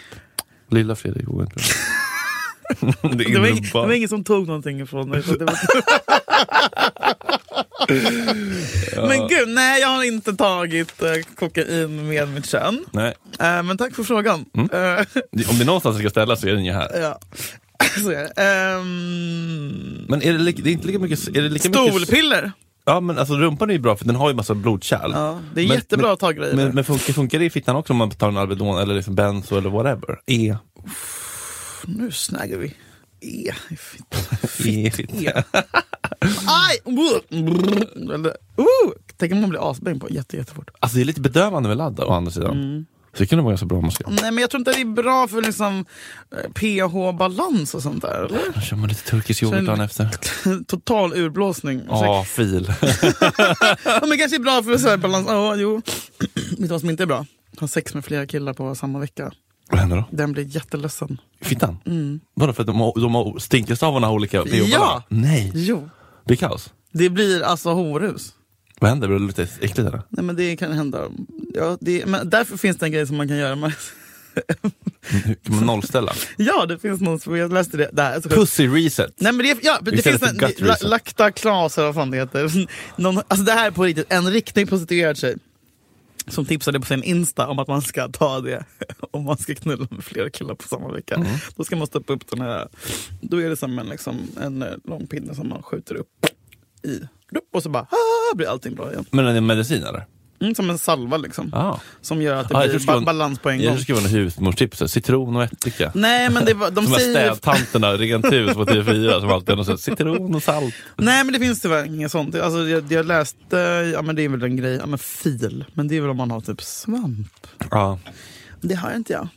[SPEAKER 2] Lilla Fredrik vågar inte be om hjälp.
[SPEAKER 3] Det var, ing, det var ingen som tog någonting ifrån dig. så Det var... Men gud, nej jag har inte tagit eh, kokain med mitt kön.
[SPEAKER 2] Nej,
[SPEAKER 3] Eh, men tack för frågan.
[SPEAKER 2] Mm.
[SPEAKER 3] Eh,
[SPEAKER 2] det- om det är någonstans jag ska ställa så är den ju här.
[SPEAKER 3] ja. Så är det. Ehm,
[SPEAKER 2] Men är det, li- det är inte lika mycket... Är det lika mycket
[SPEAKER 3] Stolpiller.
[SPEAKER 2] ja, men alltså rumpan är ju bra för den har ju massa blodkärl.
[SPEAKER 3] Ja, det är
[SPEAKER 2] Men-
[SPEAKER 3] jättebra
[SPEAKER 2] men-
[SPEAKER 3] att ta grejer.
[SPEAKER 2] Men, men funkar, funkar det i fittan också om man tar en Alvedon eller liksom Benzo eller whatever? E.
[SPEAKER 3] nu snaggar vi. E. fitt-
[SPEAKER 2] E. fitt.
[SPEAKER 3] Aj! Brr. Eller, uh, tänk om man blir asbäng på jätte, jättefort.
[SPEAKER 2] Alltså det är lite bedövande med ladd å andra sidan.
[SPEAKER 3] Mm.
[SPEAKER 2] Så det kunde vara ganska bra om man ska.
[SPEAKER 3] Nej men jag tror inte det är bra för liksom eh, pH-balans och sånt där. Eller?
[SPEAKER 2] Då kör man lite turkisk yoghurt
[SPEAKER 3] Sen-
[SPEAKER 2] dagen efter.
[SPEAKER 3] Total urblåsning.
[SPEAKER 2] Ja, fil.
[SPEAKER 3] Ja, men kanske är bra för så här balans. Ja, jo. Vet du vad som inte är bra? Ha sex med flera killar på samma vecka.
[SPEAKER 2] Vad händer då?
[SPEAKER 3] Den blir jätteledsen.
[SPEAKER 2] Fittan? Vadå, för att de, har- de har, stinkelstavarna har olika pH-balans?
[SPEAKER 3] Mm. Ja!
[SPEAKER 2] Nej,
[SPEAKER 3] Jo.
[SPEAKER 2] det är kaos.
[SPEAKER 3] Det blir alltså horhus.
[SPEAKER 2] Vad händer? Blir det lite äckligt eller?
[SPEAKER 3] Nej men det kan hända. Ja, det, men därför finns det en grej som man kan göra. Med.
[SPEAKER 2] Mm, Hur Kan man nollställa?
[SPEAKER 3] Ja, det finns någon som, jag läste det. det här, är så sjukt.
[SPEAKER 2] Pussy reset!
[SPEAKER 3] Nej men det, ja, det
[SPEAKER 2] Istället
[SPEAKER 3] finns
[SPEAKER 2] för
[SPEAKER 3] en,
[SPEAKER 2] gut
[SPEAKER 3] la,
[SPEAKER 2] reason.
[SPEAKER 3] Lacta Klas eller vad fan det heter. Någon, alltså det här är på riktigt, en riktig prostituerad tjej. Som tipsade på sin Insta om att man ska ta det om man ska knulla med flera killar på samma vecka.
[SPEAKER 2] Mm.
[SPEAKER 3] Då ska man stoppa upp den här, då är det som en, liksom, en eh, lång pinne som man skjuter upp i. Och så bara ah, blir allting bra igen.
[SPEAKER 2] Men är det en medicin eller?
[SPEAKER 3] Mm, som en salva liksom.
[SPEAKER 2] Ah.
[SPEAKER 3] Som gör att det
[SPEAKER 2] Ah, jag tror
[SPEAKER 3] blir
[SPEAKER 2] det
[SPEAKER 3] ba-
[SPEAKER 2] skulle vara-
[SPEAKER 3] balans på en
[SPEAKER 2] Jag
[SPEAKER 3] gång. Mm,
[SPEAKER 2] tror det skulle vara något husmorstips, så här, citron och ättika.
[SPEAKER 3] Nej men det var, de
[SPEAKER 2] Som de här
[SPEAKER 3] säger
[SPEAKER 2] städtanterna, rent hus på TV4 som alltid har något sånt, citron och salt.
[SPEAKER 3] Nej men det finns tyvärr inget sånt. Alltså, jag, jag läste, ja men det är väl en grej, ja men fil. Men det är väl om man har typ svamp.
[SPEAKER 2] Ja.
[SPEAKER 3] Det har inte jag.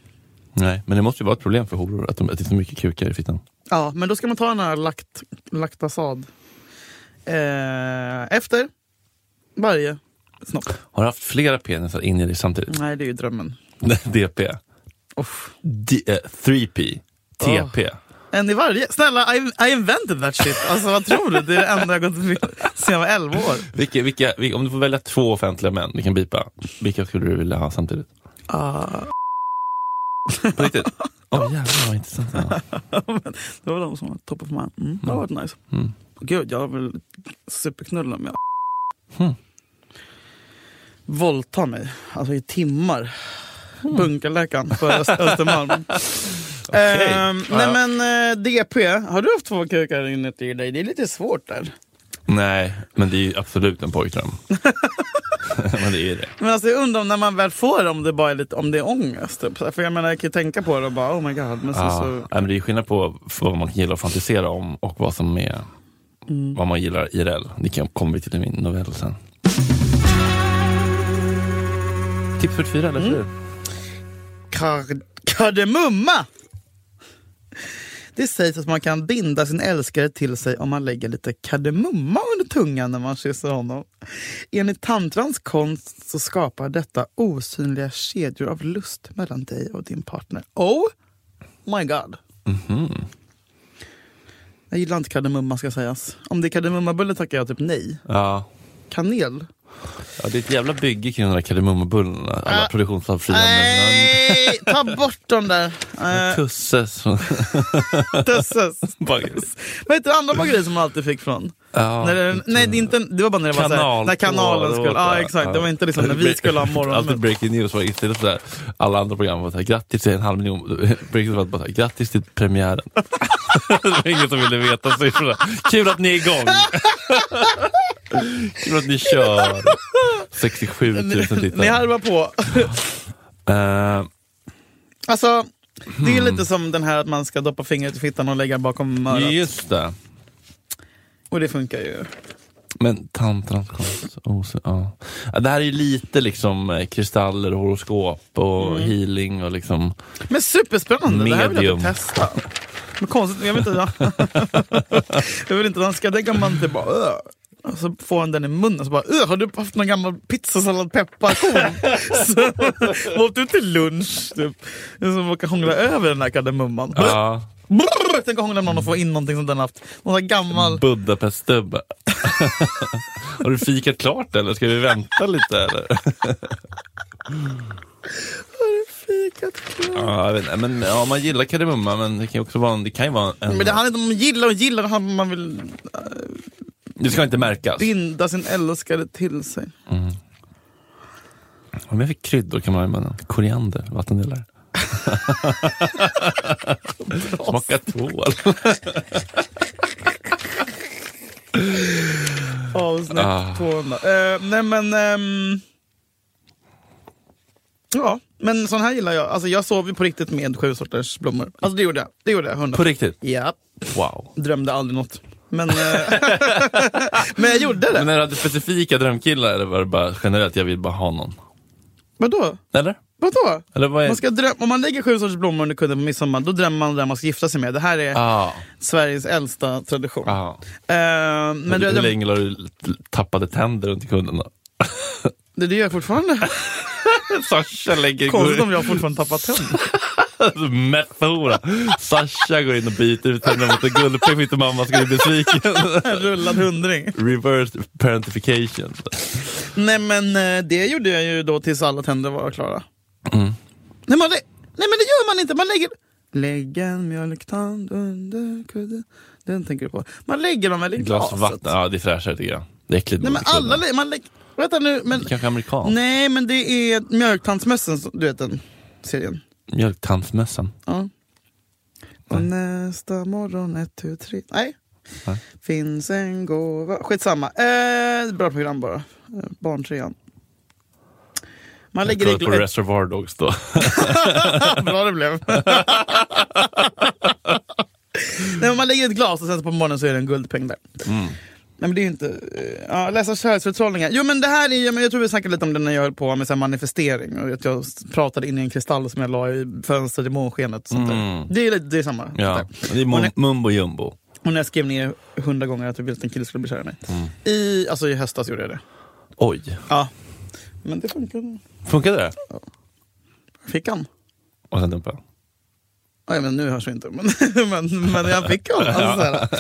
[SPEAKER 2] Nej, men det måste ju vara ett problem för horor att, de, att det är så mycket kukar i fittan.
[SPEAKER 3] Ja men då ska man ta den här lakt, laktasad. Eh, efter varje snopp.
[SPEAKER 2] Har du haft flera penisar in i dig samtidigt?
[SPEAKER 3] Nej det är ju drömmen.
[SPEAKER 2] DP,
[SPEAKER 3] Uff.
[SPEAKER 2] D, eh, 3P, TP.
[SPEAKER 3] En i varje. Snälla I, I invented that shit. Alltså vad tror du? Det är det enda jag gått sen jag var 11 år.
[SPEAKER 2] Vilka, vilka, vilka, om du får välja två offentliga män, vi kan bipa. Vilka skulle du vilja ha samtidigt?
[SPEAKER 3] Ah,
[SPEAKER 2] På riktigt? Åh jävlar vad intressant det var.
[SPEAKER 3] men det var de som var top of mind. Mm, det har varit nice.
[SPEAKER 2] Mm.
[SPEAKER 3] Gud, jag vill superknulla med
[SPEAKER 2] Hmm.
[SPEAKER 3] Våldta mig, alltså i timmar.
[SPEAKER 2] Hmm.
[SPEAKER 3] Bunkerläkaren på Öst- Östermalm. Ehm,
[SPEAKER 2] Ja, ja.
[SPEAKER 3] nej men eh, DP, har du haft två kukar inuti dig? Det är lite svårt där.
[SPEAKER 2] Nej, men det är ju absolut en pojkdröm. men det är ju det.
[SPEAKER 3] Men alltså jag undrar om när man väl får det, om det bara är lite, om det är ångest. Typ. Så här, För jag menar jag kan ju tänka på det och bara oh my god. Men så,
[SPEAKER 2] Ja.
[SPEAKER 3] så,
[SPEAKER 2] Ah. Nej, men det är ju skillnad på f- vad man gillar att fantisera om och vad som är vad man gillar IRL. Det kan- kommer vi till i min novell sen. Tips 44, eller hur?
[SPEAKER 3] Kar- kardemumma! Det sägs att man kan binda sin älskare till sig om man lägger lite kardemumma under tungan när man kysser honom. Enligt tantrans konst så skapar detta osynliga kedjor av lust mellan dig och din partner. Oh my god. Jag gillar inte kardemumma ska sägas. Om det är kardemummabulle tackar jag typ nej.
[SPEAKER 2] Ja.
[SPEAKER 3] Kanel?
[SPEAKER 2] ja, det är ett jävla bygge kring de där kardemummabullarna. Alla
[SPEAKER 3] Äh.
[SPEAKER 2] produktionsavfria män.
[SPEAKER 3] Nej, ta bort dem där. Eh,
[SPEAKER 2] Tusse som...
[SPEAKER 3] Tusses.
[SPEAKER 2] bara-
[SPEAKER 3] Vad heter det andra bageriet som man alltid fick från?
[SPEAKER 2] Ja.
[SPEAKER 3] När det, nej, det, är inte, det var bara när det var såhär,
[SPEAKER 2] Kanal
[SPEAKER 3] när kanalen
[SPEAKER 2] två,
[SPEAKER 3] skulle...
[SPEAKER 2] det var-
[SPEAKER 3] Ja, exakt. Det var inte liksom när vi skulle ha
[SPEAKER 2] Alltid
[SPEAKER 3] morgon.
[SPEAKER 2] breaking news var istället för såhär, alla andra program var såhär, grattis till en halv miljon. Breaking news var bara såhär, grattis till premiären. det var ingen som ville veta siffrorna. Kul att ni är igång! Kul att ni kör. 67 000
[SPEAKER 3] Ni
[SPEAKER 2] tittare.
[SPEAKER 3] harvar på.
[SPEAKER 2] Eh,
[SPEAKER 3] Alltså, det är ju lite som den här att man ska doppa fingret i fittan och lägga bakom örat.
[SPEAKER 2] Eh, just det.
[SPEAKER 3] Och det funkar ju.
[SPEAKER 2] Men tantrans konst, osö- ja. Ja, Det här är ju lite liksom eh, kristaller och horoskop och healing och liksom
[SPEAKER 3] Men superspännande, det här vill jag
[SPEAKER 2] Medium.
[SPEAKER 3] inte testa. Men konstigt, jag vill inte... jag vill inte önska det gammal inte bara... "Åh." Och så får han den i munnen och så bara "Åh, har du haft någon gammal pizzasallad pepparkorn? så åt du till lunch typ. Det är som att man kan hångla över den där kardemumman.
[SPEAKER 2] ja,
[SPEAKER 3] Brrr, tänk att hångla med någon och få in någonting som den haft. Någon där
[SPEAKER 2] Mm.
[SPEAKER 3] gammal...
[SPEAKER 2] Budapeststubbe. Har du fikat klart eller ska vi vänta lite? Eller? Ja, jag vet inte. men, ja, man gillar kardemumma men det kan ju också vara en... Det kan ju vara en
[SPEAKER 3] Men det handlar inte om att man gillar och gillar, det handlar om att man vill
[SPEAKER 2] det ska inte märkas.
[SPEAKER 3] binda sin älskade till sig.
[SPEAKER 2] Om jag fick kryddor kan man ha i munnen. Koriander, vattendelare. Smaka tvål.
[SPEAKER 3] Avsnitt
[SPEAKER 2] Ah.
[SPEAKER 3] 200. Eh, nej men... ehm, ja, men sån här gillar jag. Alltså jag sov ju på riktigt med sju sorters blommor. Alltså det gjorde jag. Det gjorde jag. Hundra.
[SPEAKER 2] På riktigt?
[SPEAKER 3] Ja.
[SPEAKER 2] Wow.
[SPEAKER 3] Drömde aldrig något. Men, eh, men jag gjorde det.
[SPEAKER 2] Men när du hade specifika drömkillar eller var det bara generellt, jag vill bara ha någon?
[SPEAKER 3] Vadå?
[SPEAKER 2] Eller?
[SPEAKER 3] Vadå?
[SPEAKER 2] Eller vad är...
[SPEAKER 3] Man ska dröm- om man lägger sju sorters blommor under kudden på midsommar, då drömmer man om det man ska gifta sig med. Det här är
[SPEAKER 2] Ah,
[SPEAKER 3] Sveriges äldsta tradition.
[SPEAKER 2] ah.
[SPEAKER 3] Eh,
[SPEAKER 2] Men
[SPEAKER 3] men
[SPEAKER 2] Hur
[SPEAKER 3] du,
[SPEAKER 2] länge la du l- tappade tänder runt kunden då?
[SPEAKER 3] det, det gör jag fortfarande.
[SPEAKER 2] Sasha lägger...
[SPEAKER 3] Konstigt om jag fortfarande tappar tänder.
[SPEAKER 2] Methora. Sasha går in och biter ut tänderna mot en guldpeng för inte mamma ska bli besviken.
[SPEAKER 3] En rullad hundring.
[SPEAKER 2] Reverse parentification.
[SPEAKER 3] Nej men eh, det gjorde jag ju då tills alla tänder var klara.
[SPEAKER 2] Mm.
[SPEAKER 3] Nej, man lä- Nej men det gör man inte, man lägger... Lägg en mjölktand under kudden. Den tänker du på. Man lägger dem väl i
[SPEAKER 2] Ett glas
[SPEAKER 3] glaset?
[SPEAKER 2] vatten. Ja, det är fräschare tycker jag. Det är äckligt.
[SPEAKER 3] Nej
[SPEAKER 2] med
[SPEAKER 3] men alla
[SPEAKER 2] kudden.
[SPEAKER 3] lägger... Man lägger... Vänta nu, men...
[SPEAKER 2] Det är kanske är amerikan.
[SPEAKER 3] Nej men det är mjölktandsmössen, som- du vet den serien.
[SPEAKER 2] Mjölktandsmössan.
[SPEAKER 3] Ja. Och nästa morgon, ett, tu, tre. Nej.
[SPEAKER 2] Nej.
[SPEAKER 3] Finns en gåva. Skitsamma. Eh, bra program bara. Eh, Barntrean. Man
[SPEAKER 2] Jag
[SPEAKER 3] lägger i
[SPEAKER 2] kollade på
[SPEAKER 3] gla-
[SPEAKER 2] Reservoir Dogs då.
[SPEAKER 3] Bra det blev. Nej, men man lägger i ett glas och sen så på morgonen så är det en guldpeng där. Nej, men det är ju inte... eh, Ja, läsa kärleksförtrollningar. Jo men det här är ju, men jag tror vi snackade lite om det när jag höll på med så här manifestering. Och att jag s- pratade in i en kristall som jag la i fönstret i månskenet. och Sånt där. Det är lite, det är samma.
[SPEAKER 2] ja. Det är mum- mumbo jumbo.
[SPEAKER 3] Och när jag skrev ner hundra gånger att jag ville att en kille skulle bli kär i mig. I, alltså i höstas gjorde jag det.
[SPEAKER 2] Oj.
[SPEAKER 3] Ja. Men det funkade.
[SPEAKER 2] Funkade det?
[SPEAKER 3] Fick han.
[SPEAKER 2] Och sen dumpade han.
[SPEAKER 3] Aj, men nu hörs vi inte, men, men, men jag fick honom. Alltså, så här.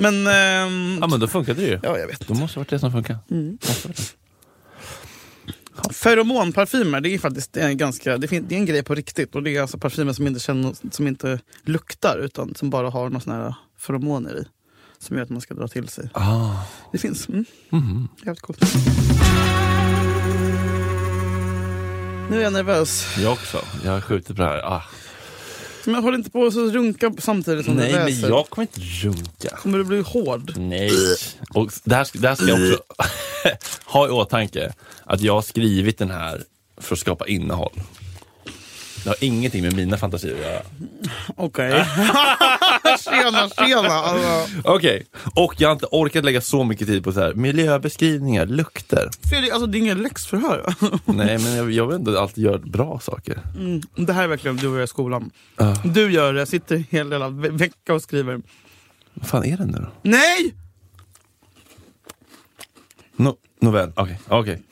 [SPEAKER 3] Men, ehm,
[SPEAKER 2] Ja men då funkade det ju. Mm.
[SPEAKER 3] ja, jag vet.
[SPEAKER 2] Då måste det varit det som funkade.
[SPEAKER 3] Feromonparfymer, det är faktiskt det är en, ganska, det, fin- det är en grej på riktigt. Och Det är alltså parfymer som inte, känner, som inte luktar, utan som bara har några såna här feromoner i. Som gör att man ska dra till sig.
[SPEAKER 2] Ah. Mhm.
[SPEAKER 3] Det finns. Mm. Jävligt coolt. Nu är jag nervös.
[SPEAKER 2] Jag också. Jag har skjutit på det här. Ah.
[SPEAKER 3] Men jag håller inte på att runka samtidigt som
[SPEAKER 2] Nej
[SPEAKER 3] jag
[SPEAKER 2] men
[SPEAKER 3] läser.
[SPEAKER 2] jag kommer inte runka.
[SPEAKER 3] Kommer du bli hård?
[SPEAKER 2] Nej. Och det här, det här ska jag också ha i åtanke. Att jag har skrivit den här för att skapa innehåll. Det har ingenting med mina fantasier att göra.
[SPEAKER 3] Okej. tjena, tjena. Alltså.
[SPEAKER 2] Okej, och jag har inte orkat lägga så mycket tid på så här miljöbeskrivningar, lukter.
[SPEAKER 3] Fredrik, alltså, det är inget läxförhör.
[SPEAKER 2] Nej, men jag, jag vill inte alltid göra bra saker.
[SPEAKER 3] det här är verkligen du och jag i skolan. Du gör det, sitter en hel del av ve- vecka och skriver.
[SPEAKER 2] Vad fan är den nu då?
[SPEAKER 3] Nej!
[SPEAKER 2] No, nåväl, okej. okej.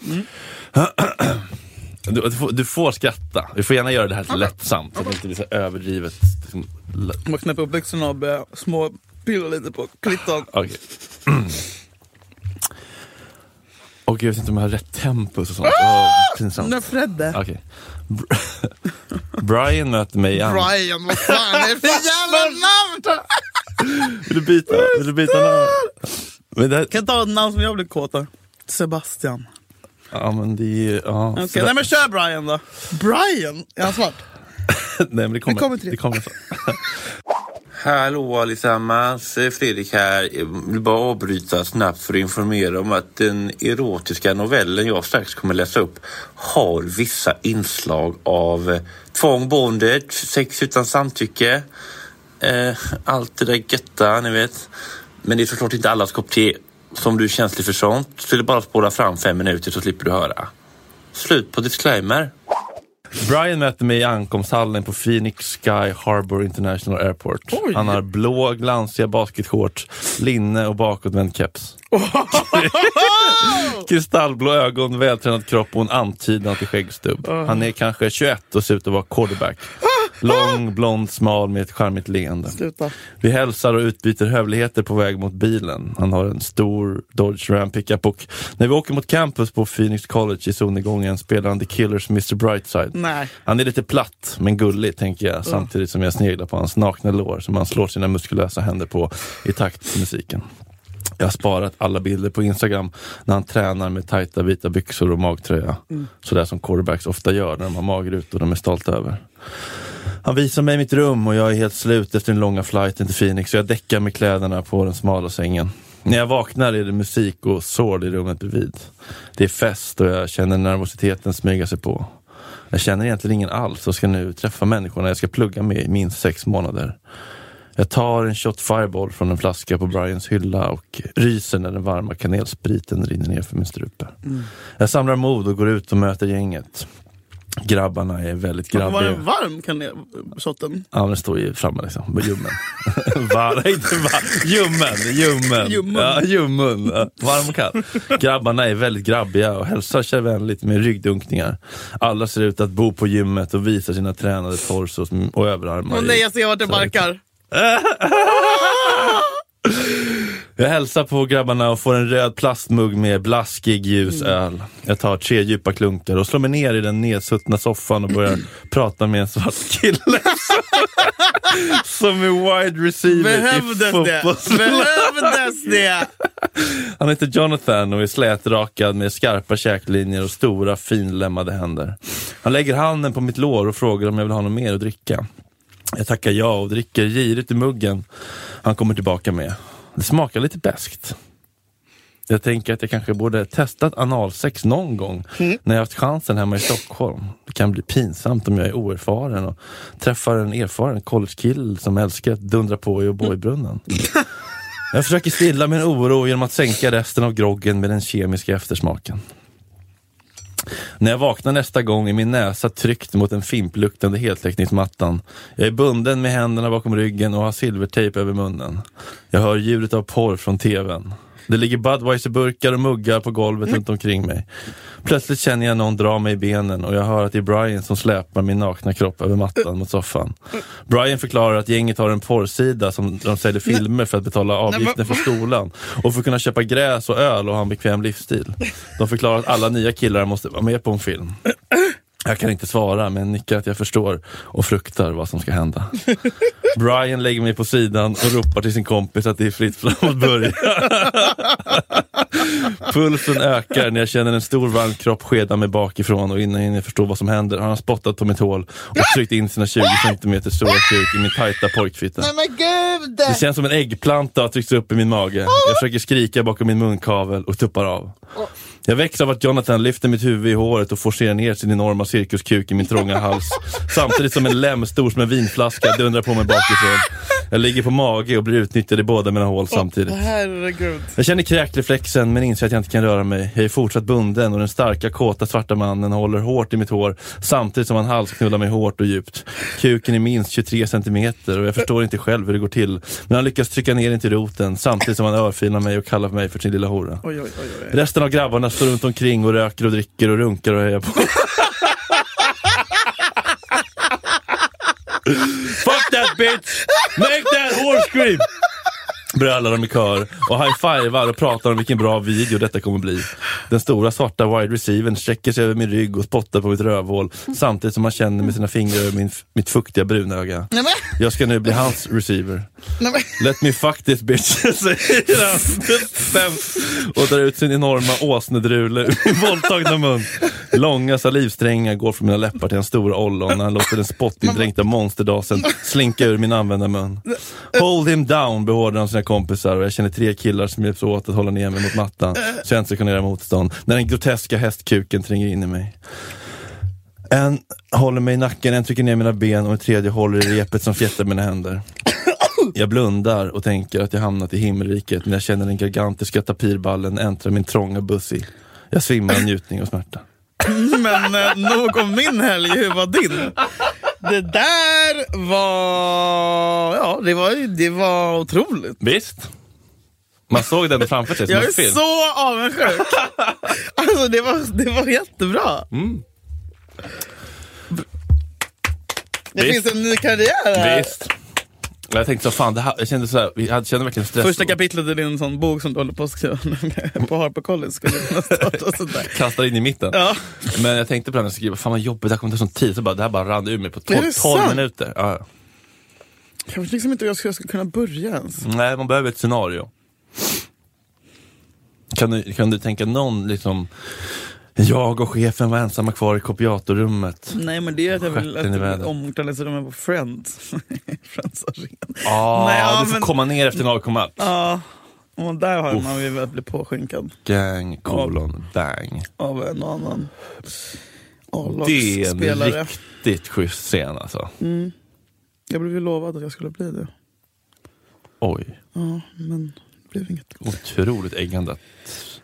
[SPEAKER 2] Du, du, får, du får skratta. Du får gärna göra det här lite lättsamt så att det inte blir så överdrivet. Liksom, lä-
[SPEAKER 3] Man knäpper upp byxorna och börjar småpilla lite på klittan.
[SPEAKER 2] Okej. Och jag vet inte om jag har rätt tempus och sånt. Åh, pinsamt.
[SPEAKER 3] Men Fredde.
[SPEAKER 2] Okej. Br- Brian möter mig i an-
[SPEAKER 3] Brian, vad fan är det för jävla namn?
[SPEAKER 2] Vill du byta? Vill du byta namn? Men det här,
[SPEAKER 3] Kan jag ta ett namn som jag blir kåt av? Sebastian.
[SPEAKER 2] ja men det är ju... Ja,
[SPEAKER 3] Okej,
[SPEAKER 2] sådär.
[SPEAKER 3] nej men kör Brian då. Brian? Är han svart?
[SPEAKER 2] Nej men det kommer.
[SPEAKER 3] Vi kommer till det.
[SPEAKER 2] kommer så. Hallå allesammans, eh, Fredrik här. Jag vill bara avbryta snabbt för att informera om att den erotiska novellen jag strax kommer läsa upp har vissa inslag av eh, tvång, bondage, sex utan samtycke. Eh, allt det där götta, ni vet. Men det är såklart inte allas kopp te. Så om du är känslig för sånt så är det bara att spola fram fem minuter så slipper du höra. Slut på disclaimer. Brian möter mig i ankomsthallen på Phoenix Sky Harbor International Airport.
[SPEAKER 3] Oj.
[SPEAKER 2] Han har blå, glansiga basketshorts, linne och bakåtvänd keps. Kristallblå ögon, vältränad kropp och en antydan till skäggstubb. Han är kanske 21 och ser ut att vara quarterback.
[SPEAKER 3] Ah!
[SPEAKER 2] Lång, blond, smal med ett charmigt leende.
[SPEAKER 3] Sluta.
[SPEAKER 2] Vi hälsar och utbyter hövligheter på väg mot bilen. Han har en stor Dodge Ram pickup och när vi åker mot campus på Phoenix College i solnedgången spelar han The Killers Mr Brightside.
[SPEAKER 3] Nej.
[SPEAKER 2] Han är lite platt men gullig tänker jag samtidigt som jag sneglar på hans nakna lår som han slår sina muskulösa händer på i takt till musiken. Jag har sparat alla bilder på Instagram när han tränar med tajta vita byxor och magtröja. Sådär som quarterbacks ofta gör när de har magrutor de är stolta över. Han visar mig mitt rum och jag är helt slut efter den långa flighten till Phoenix och jag däckar med kläderna på den smala sängen. När jag vaknar är det musik och sorl i rummet bredvid. Det är fest och jag känner nervositeten smyga sig på. Jag känner egentligen ingen alls och ska nu träffa människorna jag ska plugga med i minst sex månader. Jag tar en shot fireball från en flaska på Brians hylla och ryser när den varma kanelspriten rinner ner för min strupe. Jag samlar mod och går ut och möter gänget. Grabbarna är väldigt grabbiga.
[SPEAKER 3] Var den varm kanel- shotten?
[SPEAKER 2] Ja, den står ju framme liksom, med ljummen. Var, inte var, ljummen, ljummen.
[SPEAKER 3] Ljummen.
[SPEAKER 2] Ja, ljummen. Ja, varm och kall. Grabbarna är väldigt grabbiga och hälsar sig vänligt med ryggdunkningar. Alla ser ut att bo på gymmet och visar sina tränade torsos och överarmar.
[SPEAKER 3] Åh
[SPEAKER 2] i-
[SPEAKER 3] nej, jag ser vart det
[SPEAKER 2] så här-
[SPEAKER 3] barkar.
[SPEAKER 2] Jag hälsar på grabbarna och får en röd plastmugg med blaskig ljus
[SPEAKER 3] Mm.
[SPEAKER 2] öl. Jag tar tre djupa klunkar och slår mig ner i den nedsuttna soffan och börjar prata med en svart kille. Som är wide receiver i
[SPEAKER 3] Behövdes det?
[SPEAKER 2] fotbollslag.
[SPEAKER 3] Behövdes det?
[SPEAKER 2] Han heter Jonathan och är slätrakad med skarpa käklinjer och stora finlemmade händer. Han lägger handen på mitt lår och frågar om jag vill ha något mer att dricka. Jag tackar ja och dricker girigt i muggen han kommer tillbaka med. Det smakar lite beskt. Jag tänker att jag kanske borde testat analsex någon gång när jag haft chansen hemma i Stockholm. Det kan bli pinsamt om jag är oerfaren och träffar en erfaren collegekille som älskar att dundra på i O'boy-brunnen. Jag försöker stilla min oro genom att sänka resten av groggen med den kemiska eftersmaken. När jag vaknar nästa gång är min näsa tryckt mot den fimpluktande heltäckningsmattan. Jag är bunden med händerna bakom ryggen och har silvertejp över munnen. Jag hör ljudet av porr från tvn. Det ligger Budweiser-burkar och muggar på golvet runt omkring mig. Plötsligt känner jag någon dra mig i benen och jag hör att det är Brian som släpar min nakna kropp över mattan mot soffan. Brian förklarar att gänget har en porrsida som de säljer filmer för att betala avgiften för skolan och för att kunna köpa gräs och öl och ha en bekväm livsstil. De förklarar att alla nya killar måste vara med på en film. Jag kan inte svara, men nickar att jag förstår och fruktar vad som ska hända. Brian lägger mig på sidan och ropar till sin kompis att det är fritt fram att börja. Pulsen ökar när jag känner en stor varm kropp skeda mig bakifrån och innan jag hinner förstå vad som händer har han spottat på mitt hål och tryckt in sina 20 cm stora kuk i min tajta pojkfitta.
[SPEAKER 3] Nej men gud!
[SPEAKER 2] Det känns som en äggplanta har tryckts upp i min mage. Jag försöker skrika bakom min munkavel och tuppar av. Jag väcks av att Jonathan lyfter mitt huvud i håret och forcerar ner sin enorma cirkuskuk i min trånga hals. Samtidigt som en lem stor som en vinflaska dundrar på mig bakifrån. Jag ligger på mage och blir utnyttjad i båda mina hål samtidigt.
[SPEAKER 3] Åh, herregud.
[SPEAKER 2] Jag känner kräkreflexen men inser att jag inte kan röra mig. Jag är fortsatt bunden och den starka kåta svarta mannen håller hårt i mitt hår samtidigt som han halsknullar mig hårt och djupt. Kuken är minst 23 centimeter och jag förstår inte själv hur det går till. Men han lyckas trycka ner den till roten samtidigt som han örfilar mig och kallar mig för sin lilla hora.
[SPEAKER 3] Oj, oj, oj, oj.
[SPEAKER 2] Resten av grabbarna står runt omkring och röker och dricker och runkar och hejar på. Fuck that bitch! Make that whore scream! Brölar de i kör och high-fivar och pratar om vilken bra video detta kommer bli. Den stora svarta wide receivern sträcker sig över min rygg och spottar på mitt rövhål samtidigt som han känner med sina fingrar över min, mitt fuktiga brunöga.
[SPEAKER 3] Nej, men,
[SPEAKER 2] Jag ska nu bli hans receiver.
[SPEAKER 3] nej, men.
[SPEAKER 2] Let me fuck this bitch, säger han bestämt och drar ut sin enorma åsnedrule ur min våldtagna mun. Långa salivsträngar går från mina läppar till en stor ollon när han låter den spottindränkta monsterdasen slinka ur min använda mun. Hold him down beordrar han sina kompisar och jag känner tre killar som hjälps åt att hålla ner mig mot mattan så jag inte ska kunna göra motstånd när den groteska hästkuken tränger in i mig. En håller mig i nacken, en trycker ner mina ben och en tredje håller i repet som fjättar mina händer. Jag blundar och tänker att jag hamnat i himmelriket när jag känner den gigantiska tapirballen äntra min trånga bussi. Jag svimmar av njutning och smärta.
[SPEAKER 3] Men eh, nog om min helg, hur var din? Det där var... Ja, det var, ju- det var otroligt.
[SPEAKER 2] Visst? Man såg den framför sig som
[SPEAKER 3] Jag
[SPEAKER 2] en
[SPEAKER 3] är
[SPEAKER 2] film.
[SPEAKER 3] så avundsjuk. Alltså, det var, det var jättebra.
[SPEAKER 2] Mm.
[SPEAKER 3] Det
[SPEAKER 2] Visst.
[SPEAKER 3] finns en ny karriär här.
[SPEAKER 2] Visst. Och Jag tänkte så fan, det här, jag kände såhär, vi hade- kände verkligen stress.
[SPEAKER 3] Första kapitlet i din sån bok som du håller på att skriva nu på HarperCollins skulle kunna starta sådär.
[SPEAKER 2] Kastade in i mitten.
[SPEAKER 3] Ja.
[SPEAKER 2] Men jag tänkte på den när jag skrev, fan vad jobbigt, det här kommer ta sån tid. Så bara, det här bara rann ur mig på
[SPEAKER 3] Är det
[SPEAKER 2] 12, 12
[SPEAKER 3] sant?
[SPEAKER 2] minuter. Ja. ja.
[SPEAKER 3] Jag vet liksom inte hur jag skulle, jag skulle kunna börja ens.
[SPEAKER 2] Nej, man behöver ett scenario. Kan du, kan du tänka någon liksom, jag och chefen var ensamma kvar i kopiatorrummet.
[SPEAKER 3] Nej men det är att jag vill
[SPEAKER 2] Stjärten i
[SPEAKER 3] att
[SPEAKER 2] vädret.
[SPEAKER 3] omklädningsrummet på Friends. Friends Arena.
[SPEAKER 2] Ah,
[SPEAKER 3] Nej, ja,
[SPEAKER 2] du får
[SPEAKER 3] men-
[SPEAKER 2] komma ner efter en avkommat.
[SPEAKER 3] Ja, och där har man ju velat bli påskinkad
[SPEAKER 2] Gang, kolon, bang.
[SPEAKER 3] av en och annan
[SPEAKER 2] Det är en
[SPEAKER 3] A-lagsspelare.
[SPEAKER 2] riktigt schysst scen alltså.
[SPEAKER 3] Mm. Jag blev ju lovad att jag skulle bli det.
[SPEAKER 2] Oj,
[SPEAKER 3] Ja, men det blev inget.
[SPEAKER 2] otroligt äggande.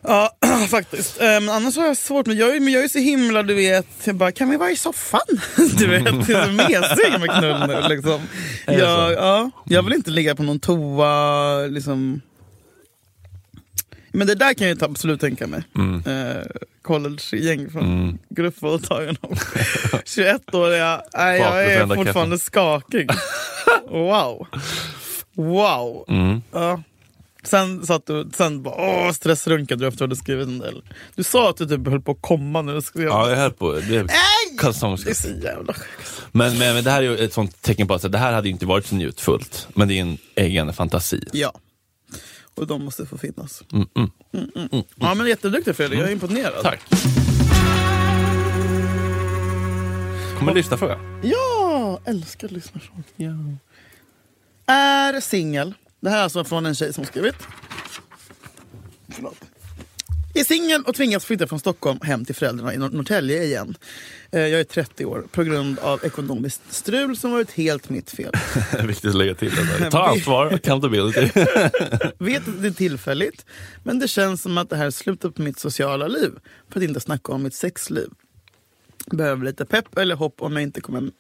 [SPEAKER 3] Ja, faktiskt. Eh, Men annars har jag svårt med... Jag är, men jag är så himla, du vet, jag bara, kan vi vara i soffan? Du vet, jag är så mesig med knull nu. Liksom.
[SPEAKER 2] Är det
[SPEAKER 3] Jag,
[SPEAKER 2] så?
[SPEAKER 3] ja, jag vill inte ligga på någon toa, liksom. Men det där kan jag ju absolut tänka mig.
[SPEAKER 2] Mm.
[SPEAKER 3] Eh, Collegegäng från
[SPEAKER 2] Mm.
[SPEAKER 3] gruppvåldtagen. 21-åriga. Nej,
[SPEAKER 2] Bakåt
[SPEAKER 3] jag är
[SPEAKER 2] vända
[SPEAKER 3] fortfarande skakig. Wow. Wow.
[SPEAKER 2] Mm.
[SPEAKER 3] Ja. Sen satt du, sen bara åh, stressrunkade du efter att du hade skrivit en del. Du sa att du typ höll på att komma när du skrev.
[SPEAKER 2] Ja, jag höll på. Det är
[SPEAKER 3] Nej! Det är
[SPEAKER 2] kalsongskott.
[SPEAKER 3] så jävla sjukt.
[SPEAKER 2] Men, men, men det här är ju ett sånt tecken på att så det här hade ju inte varit så njutfullt. Men det är en äggande fantasi.
[SPEAKER 3] Ja. Och de måste få finnas.
[SPEAKER 2] Mm, mm.
[SPEAKER 3] Ja men jätteduktig Fredrik, jag är imponerad.
[SPEAKER 2] Tack. Kommer en lyssnarfråga.
[SPEAKER 3] Ja, älskar lyssnarfrågor.
[SPEAKER 2] Ja.
[SPEAKER 3] Är singel. Det här är alltså från en tjej som skrivit. Förlåt. Är singel och tvingas flytta från Stockholm hem till föräldrarna i Nor- Norrtälje igen. Eh, Jag är 30 år på grund av ekonomiskt strul som varit helt mitt fel.
[SPEAKER 2] Viktigt att lägga till det där. Ta ansvar, accountability.
[SPEAKER 3] Vet att det är tillfälligt, men det känns som att det här är slutet på mitt sociala liv. För att inte snacka om mitt sexliv. Behöver lite pepp eller hopp om jag inte kommer,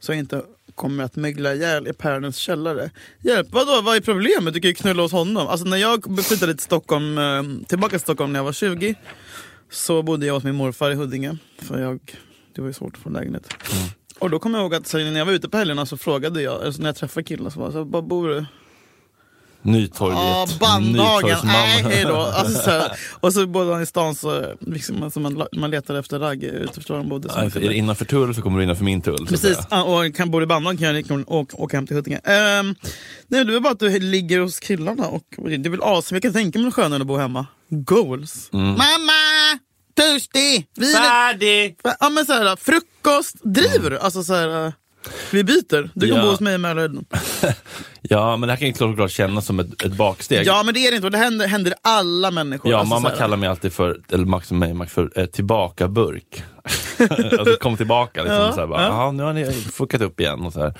[SPEAKER 3] så jag inte kommer att mögla ihjäl i Pärnens källare. Hjälp, vadå, vad är problemet? Du kan ju knulla hos honom. Alltså när jag flyttade till Stockholm, eh, tillbaka till Stockholm när jag var 20 så bodde jag hos min morfar i Huddinge. För jag, det var ju svårt att få lägenhet. Och då kommer jag ihåg att så när jag var ute på helgerna så frågade jag, alltså när jag träffade killar så var jag så här, var bor du?
[SPEAKER 2] Nytorget.
[SPEAKER 3] Ja, banddagen. Nej,
[SPEAKER 2] Nytorgsmamman.
[SPEAKER 3] hej då. Alltså, så här. och så bodde han i stan så liksom, alltså, man, man letade efter ragg utifrån var de bodde. Så
[SPEAKER 2] Ja, just det. Alltså, Är det innanför tull så kommer du innanför min tull. så att
[SPEAKER 3] Precis,
[SPEAKER 2] säga.
[SPEAKER 3] Ja, och kan bo i banddagen kan jag lika gärna åka, åka hem till Huddinge. Um, nej, det är bara att du ligger hos killarna och det är väl as. Jag kan tänka mig något skönare att bo hemma. Goals.
[SPEAKER 2] Mm.
[SPEAKER 3] Mamma! Törstig! Vi är-
[SPEAKER 2] Färdig!
[SPEAKER 3] Ja, men så här, frukost. Driver du? Alltså så här, eh, vi byter. Du kan
[SPEAKER 2] Ja.
[SPEAKER 3] bo hos mig i Mälarhöjden.
[SPEAKER 2] Ja, men det här kan ju såklart kännas som ett, ett baksteg.
[SPEAKER 3] Ja men det är det inte och det händer, händer alla människor.
[SPEAKER 2] Ja,
[SPEAKER 3] Alltså,
[SPEAKER 2] mamma
[SPEAKER 3] så här,
[SPEAKER 2] kallar mig alltid för, eller Max och mig, Max för eh, tillbaka-burk. alltså kom tillbaka liksom.
[SPEAKER 3] Ja, Mm.
[SPEAKER 2] så här, bara, "Jaha, nu har ni fuckat upp igen. Och så här.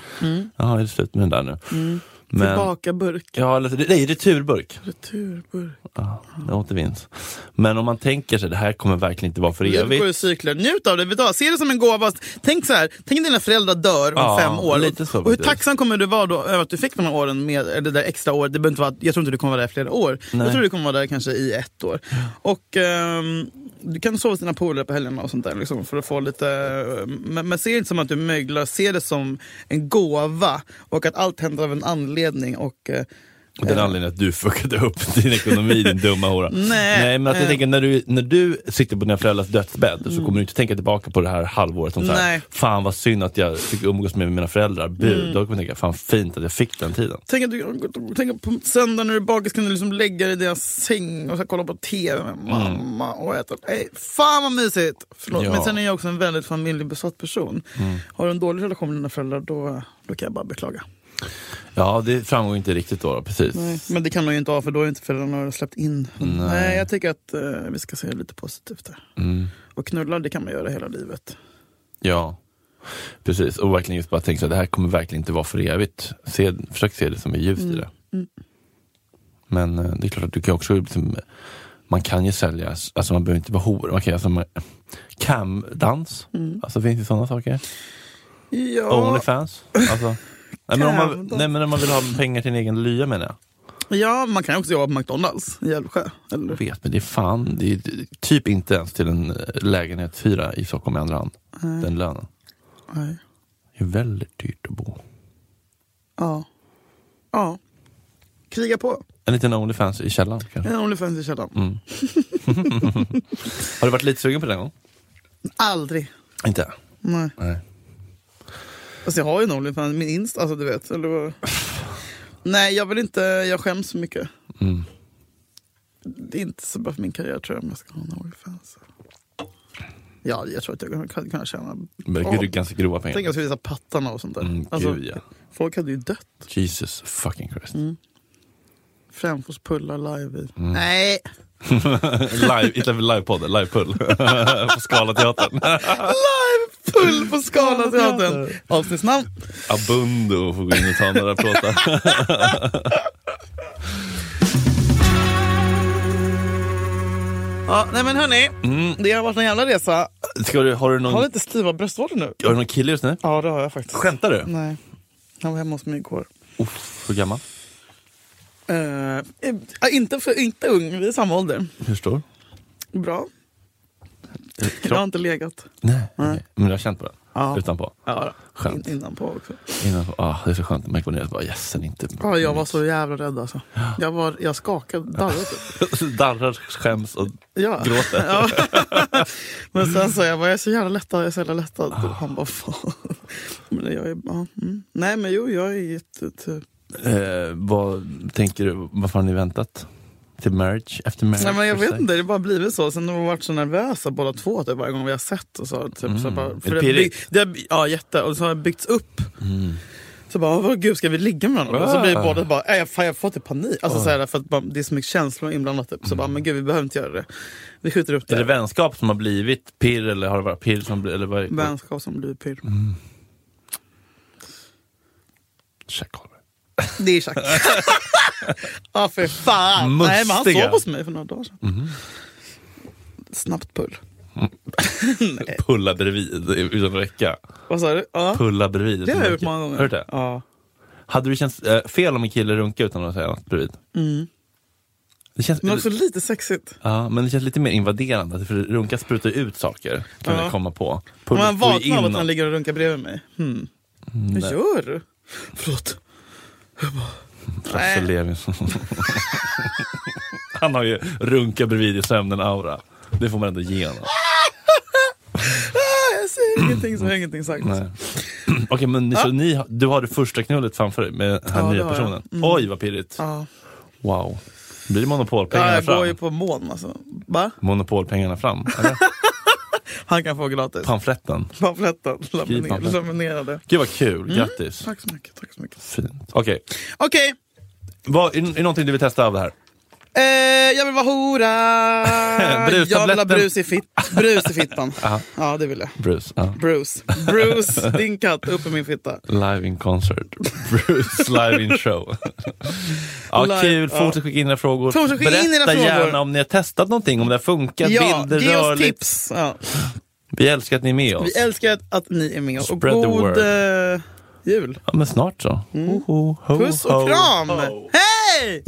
[SPEAKER 2] Jaha, är det slut med den där nu? Men,
[SPEAKER 3] Tillbaka burk.
[SPEAKER 2] Ja, eller, nej, returburk.
[SPEAKER 3] Turburk.
[SPEAKER 2] Ja, det återvinns. Men om man tänker sig, det här kommer verkligen inte vara för
[SPEAKER 3] Det går i
[SPEAKER 2] evigt.
[SPEAKER 3] cykler. Njut av det. Vet du vad? Se det som en gåva. Alltså, Tänk så här, tänk dina föräldrar dör om
[SPEAKER 2] Ja,
[SPEAKER 3] fem år.
[SPEAKER 2] lite så
[SPEAKER 3] och hur
[SPEAKER 2] faktiskt.
[SPEAKER 3] tacksam kommer du vara då över att du fick de här åren med eller det där extra året? Det behöver inte vara, jag tror inte du kommer vara där i flera år.
[SPEAKER 2] Nej.
[SPEAKER 3] Jag tror du kommer vara där kanske i ett år. Och ehm, Du kan sova hos dina polare på helgerna och sånt där liksom, för att få lite... Men, men se det inte som att du möglar, se det som en gåva och att allt händer av en anledning. Och, eh,
[SPEAKER 2] Och den anledningen att du fuckade upp din ekonomi, din dumma hora.
[SPEAKER 3] Nej.
[SPEAKER 2] men att jag
[SPEAKER 3] Eh.
[SPEAKER 2] tänker när du, när du sitter på dina föräldrars dödsbädd så kommer du inte tänka tillbaka på det här halvåret som såhär,
[SPEAKER 3] Nej. Mm.
[SPEAKER 2] fan vad synd att jag fick umgås med mina föräldrar, bu. Då kommer du tänka, fan fint att jag fick den tiden.
[SPEAKER 3] Tänk att du tänk att på söndag när du är bakis kan du liksom lägga dig i deras säng och så här kolla på TV
[SPEAKER 2] Mm.
[SPEAKER 3] med mamma och äta. Hey, fan vad mysigt! Förlåt,
[SPEAKER 2] Ja. Mm.
[SPEAKER 3] men sen är jag också en väldigt familjebesatt person. Har du en dålig relation med dina föräldrar då, då kan jag bara beklaga.
[SPEAKER 2] Ja, det framgår inte riktigt då, då precis.
[SPEAKER 3] Men det kan man ju inte ha för då är inte föräldrarna släppt in. Nej. jag tycker att eh, vi ska se lite positivt här.
[SPEAKER 2] Mm.
[SPEAKER 3] Och knulla det kan man göra hela livet.
[SPEAKER 2] Ja, precis. Och verkligen just bara tänka så här, det här kommer verkligen inte vara för evigt. Se, försök se det som är ljust i det. Men eh, det är klart att du kan också, liksom, man kan ju sälja, alltså man behöver inte vara hora. Man kan göra som camdans, alltså finns det sådana saker?
[SPEAKER 3] Ja,
[SPEAKER 2] Onlyfans? Alltså, nej, men om man,
[SPEAKER 3] Camdans.
[SPEAKER 2] nej men när man vill ha pengar till en egen lya menar jag.
[SPEAKER 3] ja, man kan ju också jobba på McDonalds i Älvsjö. Eller?
[SPEAKER 2] Jag vet, men det är fan, det är typ inte ens till en eh, lägenhetshyra i Stockholm i andra hand, den lönen. Mm.
[SPEAKER 3] Nej.
[SPEAKER 2] Det är väldigt dyrt att bo.
[SPEAKER 3] Ja. ja. Kriga på.
[SPEAKER 2] En liten Onlyfans i källaren kanske.
[SPEAKER 3] En Onlyfans i källaren.
[SPEAKER 2] Mm. Har du varit lite sugen på det någon gång?
[SPEAKER 3] Aldrig.
[SPEAKER 2] Inte?
[SPEAKER 3] Nej.
[SPEAKER 2] Nej.
[SPEAKER 3] Alltså jag har ju en Onlyfans, min Insta, alltså du vet. Eller vad? Nej, jag vill inte, jag skäms så mycket.
[SPEAKER 2] Mm.
[SPEAKER 3] Det är inte så bra för min karriär tror jag om jag ska ha en Onlyfans. Ja, jag tror att jag kan kunna tjäna...
[SPEAKER 2] Men gud, det är ganska grova pengar.
[SPEAKER 3] Tänk att jag ska visa pattarna och sånt där.
[SPEAKER 2] Mm,
[SPEAKER 3] alltså,
[SPEAKER 2] gud, ja.
[SPEAKER 3] Folk hade ju dött.
[SPEAKER 2] Jesus fucking Christ.
[SPEAKER 3] Framfors pullar live i.
[SPEAKER 2] Mm.
[SPEAKER 5] Mm.
[SPEAKER 3] Nej!
[SPEAKER 2] live, inte för livepodd, livepull. på Scalateatern.
[SPEAKER 3] Live pull på Scalateatern! Avsnittsnamn.
[SPEAKER 2] Abundo får gå in och ta några plåtar.
[SPEAKER 3] Ja, nej men hörni,
[SPEAKER 2] Mm.
[SPEAKER 3] det har varit en jävla resa.
[SPEAKER 2] Ska du, har du någon,
[SPEAKER 3] Har
[SPEAKER 2] har
[SPEAKER 3] lite stiva bröstvårtor nu.
[SPEAKER 2] du någon kille just nu?
[SPEAKER 3] Ja, det har jag faktiskt.
[SPEAKER 2] Skämtar du?
[SPEAKER 3] Nej, han var hemma hos mig igår.
[SPEAKER 2] Uff, hur gammal?
[SPEAKER 3] Eh, eh, inte, för, inte ung, vi är samma ålder.
[SPEAKER 2] Hur stor?
[SPEAKER 3] Bra.
[SPEAKER 2] Eh,
[SPEAKER 3] Jag har
[SPEAKER 2] Kropp?
[SPEAKER 3] inte legat.
[SPEAKER 2] Nej. okej. Men du har känt på den?
[SPEAKER 3] Ja.
[SPEAKER 2] Utanpå?
[SPEAKER 3] Ja, då.
[SPEAKER 2] Skönt.
[SPEAKER 3] In, innanpå också.
[SPEAKER 2] Innanpå? Ah, det är så skönt. Man går ner och bara yes, den är inte...
[SPEAKER 3] Ja, jag var så jävla rädd alltså. Jag, var, jag skakade, darrade. typ.
[SPEAKER 2] Darrar, skäms och...
[SPEAKER 3] Ja.
[SPEAKER 2] Gråter.
[SPEAKER 3] Ja. Men sen så jag bara, jag är så jävla lättad, jag är så jävla lättad. Och han bara, fan. Men jag är, ja, mm. Nej men jo, jag är jätte... Typ.
[SPEAKER 2] Eh, vad tänker du? Varför har ni väntat? Till marriage? Efter marriage?
[SPEAKER 3] Nej men jag
[SPEAKER 2] för
[SPEAKER 3] vet
[SPEAKER 2] sig?
[SPEAKER 3] inte, det har bara blivit så. Sen har vi varit så nervösa båda två typ, varje gång vi har sett. Och så, typ, så bara,
[SPEAKER 2] Mm. Är det
[SPEAKER 3] har
[SPEAKER 2] pirrigt? Mm.
[SPEAKER 3] bygg- det har, ja jätte, och så har det byggts upp. Så bara, åh, gud ska vi ligga med varandra? Och så blir
[SPEAKER 2] Ah.
[SPEAKER 3] båda bara, äh, jag, fan, jag får typ panik. Alltså, så här, för att man, det är så mycket känslor inblandat. Typ. Så bara, men gud vi behöver inte göra det. Vi skjuter upp
[SPEAKER 2] Är det
[SPEAKER 3] det.
[SPEAKER 2] vänskap som har blivit pirr eller har det varit pirr som blir... Eller vad är det?
[SPEAKER 3] Vänskap som blir pirr.
[SPEAKER 2] Mm. Check, håller.
[SPEAKER 3] Det är tjack. Ja för fan. Nej men han
[SPEAKER 2] Mustiga. Mm.
[SPEAKER 3] sov hos mig för några dagar sedan. Snabbt pull. Nej.
[SPEAKER 2] Pulla bredvid utan att räcka.
[SPEAKER 3] Vad sa du? Ja.
[SPEAKER 2] Pulla bredvid.
[SPEAKER 3] Det
[SPEAKER 2] utan
[SPEAKER 3] har jag
[SPEAKER 2] att
[SPEAKER 3] gjort
[SPEAKER 2] räcka.
[SPEAKER 3] många gånger.
[SPEAKER 2] Har du det?
[SPEAKER 3] Ja.
[SPEAKER 2] Hade du känts eh, fel om en kille runkade utan att säga något bredvid? Det känns,
[SPEAKER 3] Mm. Men också lite sexigt.
[SPEAKER 2] ja, men det känns lite mer invaderande, för runka sprutar ju ut saker. Kan
[SPEAKER 3] Ja.
[SPEAKER 2] jag komma på.
[SPEAKER 3] Om
[SPEAKER 2] Pulla
[SPEAKER 3] han
[SPEAKER 2] får ju
[SPEAKER 3] vaknar av
[SPEAKER 2] in Mm,
[SPEAKER 3] att han
[SPEAKER 2] något.
[SPEAKER 3] ligger och runkar bredvid mig. Hmm. Vad gör du? Förlåt.
[SPEAKER 2] Frasse
[SPEAKER 3] Nej.
[SPEAKER 2] Levinson. Han har ju runka bredvid i sömnen-aura. Det får man ändå ge honom.
[SPEAKER 3] Jag säger ingenting så har jag ingenting sagt.
[SPEAKER 2] Nej. Okej, men ni, så ni, har- du har det första knullet framför dig med den här
[SPEAKER 3] Ja, det
[SPEAKER 2] nya
[SPEAKER 3] har jag. Mm.
[SPEAKER 2] personen. Oj, vad pirrigt.
[SPEAKER 3] Ja.
[SPEAKER 2] Wow. Blir det monopolpengarna
[SPEAKER 3] Ja, jag
[SPEAKER 2] fram?
[SPEAKER 3] går ju på moln alltså. Va?
[SPEAKER 2] Monopolpengarna fram? eller?
[SPEAKER 3] Han kan få gratis.
[SPEAKER 2] Pamfletten.
[SPEAKER 3] Pamfletten, laminer-
[SPEAKER 2] pamfletten.
[SPEAKER 3] laminerade.
[SPEAKER 2] Gud vad
[SPEAKER 3] Mm.
[SPEAKER 2] kul, grattis.
[SPEAKER 3] Tack så mycket. Tack så mycket.
[SPEAKER 2] Fint. Okej,
[SPEAKER 3] Okej,
[SPEAKER 2] vad är, är någonting du vill testa av det här?
[SPEAKER 3] eh, jag vill vara hora. jag vill ha
[SPEAKER 2] Brustabletten.
[SPEAKER 3] brus i, fit, brus i fittan.
[SPEAKER 2] Aha.
[SPEAKER 3] ja, det vill jag.
[SPEAKER 2] Bruce. Ja.
[SPEAKER 3] Bruce. Bruce, din katt, upp i min fitta.
[SPEAKER 2] Live in concert. Bruce live in show. ja,
[SPEAKER 3] Live,
[SPEAKER 2] kul.
[SPEAKER 3] ja.
[SPEAKER 2] Fortsätt skicka in era frågor.
[SPEAKER 3] Fortsätt skicka
[SPEAKER 2] Berätta
[SPEAKER 3] in era frågor.
[SPEAKER 2] gärna om ni har testat någonting, om det har funkat,
[SPEAKER 3] Ja,
[SPEAKER 2] bilder,
[SPEAKER 3] ge oss
[SPEAKER 2] rörligt.
[SPEAKER 3] tips. Ja.
[SPEAKER 2] Vi älskar att ni är med oss.
[SPEAKER 3] Vi älskar att- att ni är med oss. Och
[SPEAKER 2] Spread the
[SPEAKER 3] god eh, jul.
[SPEAKER 2] Ja, men snart så. Oh, Ho, ho, ho,
[SPEAKER 3] Mm. Puss och
[SPEAKER 2] ho.
[SPEAKER 3] kram! Hej!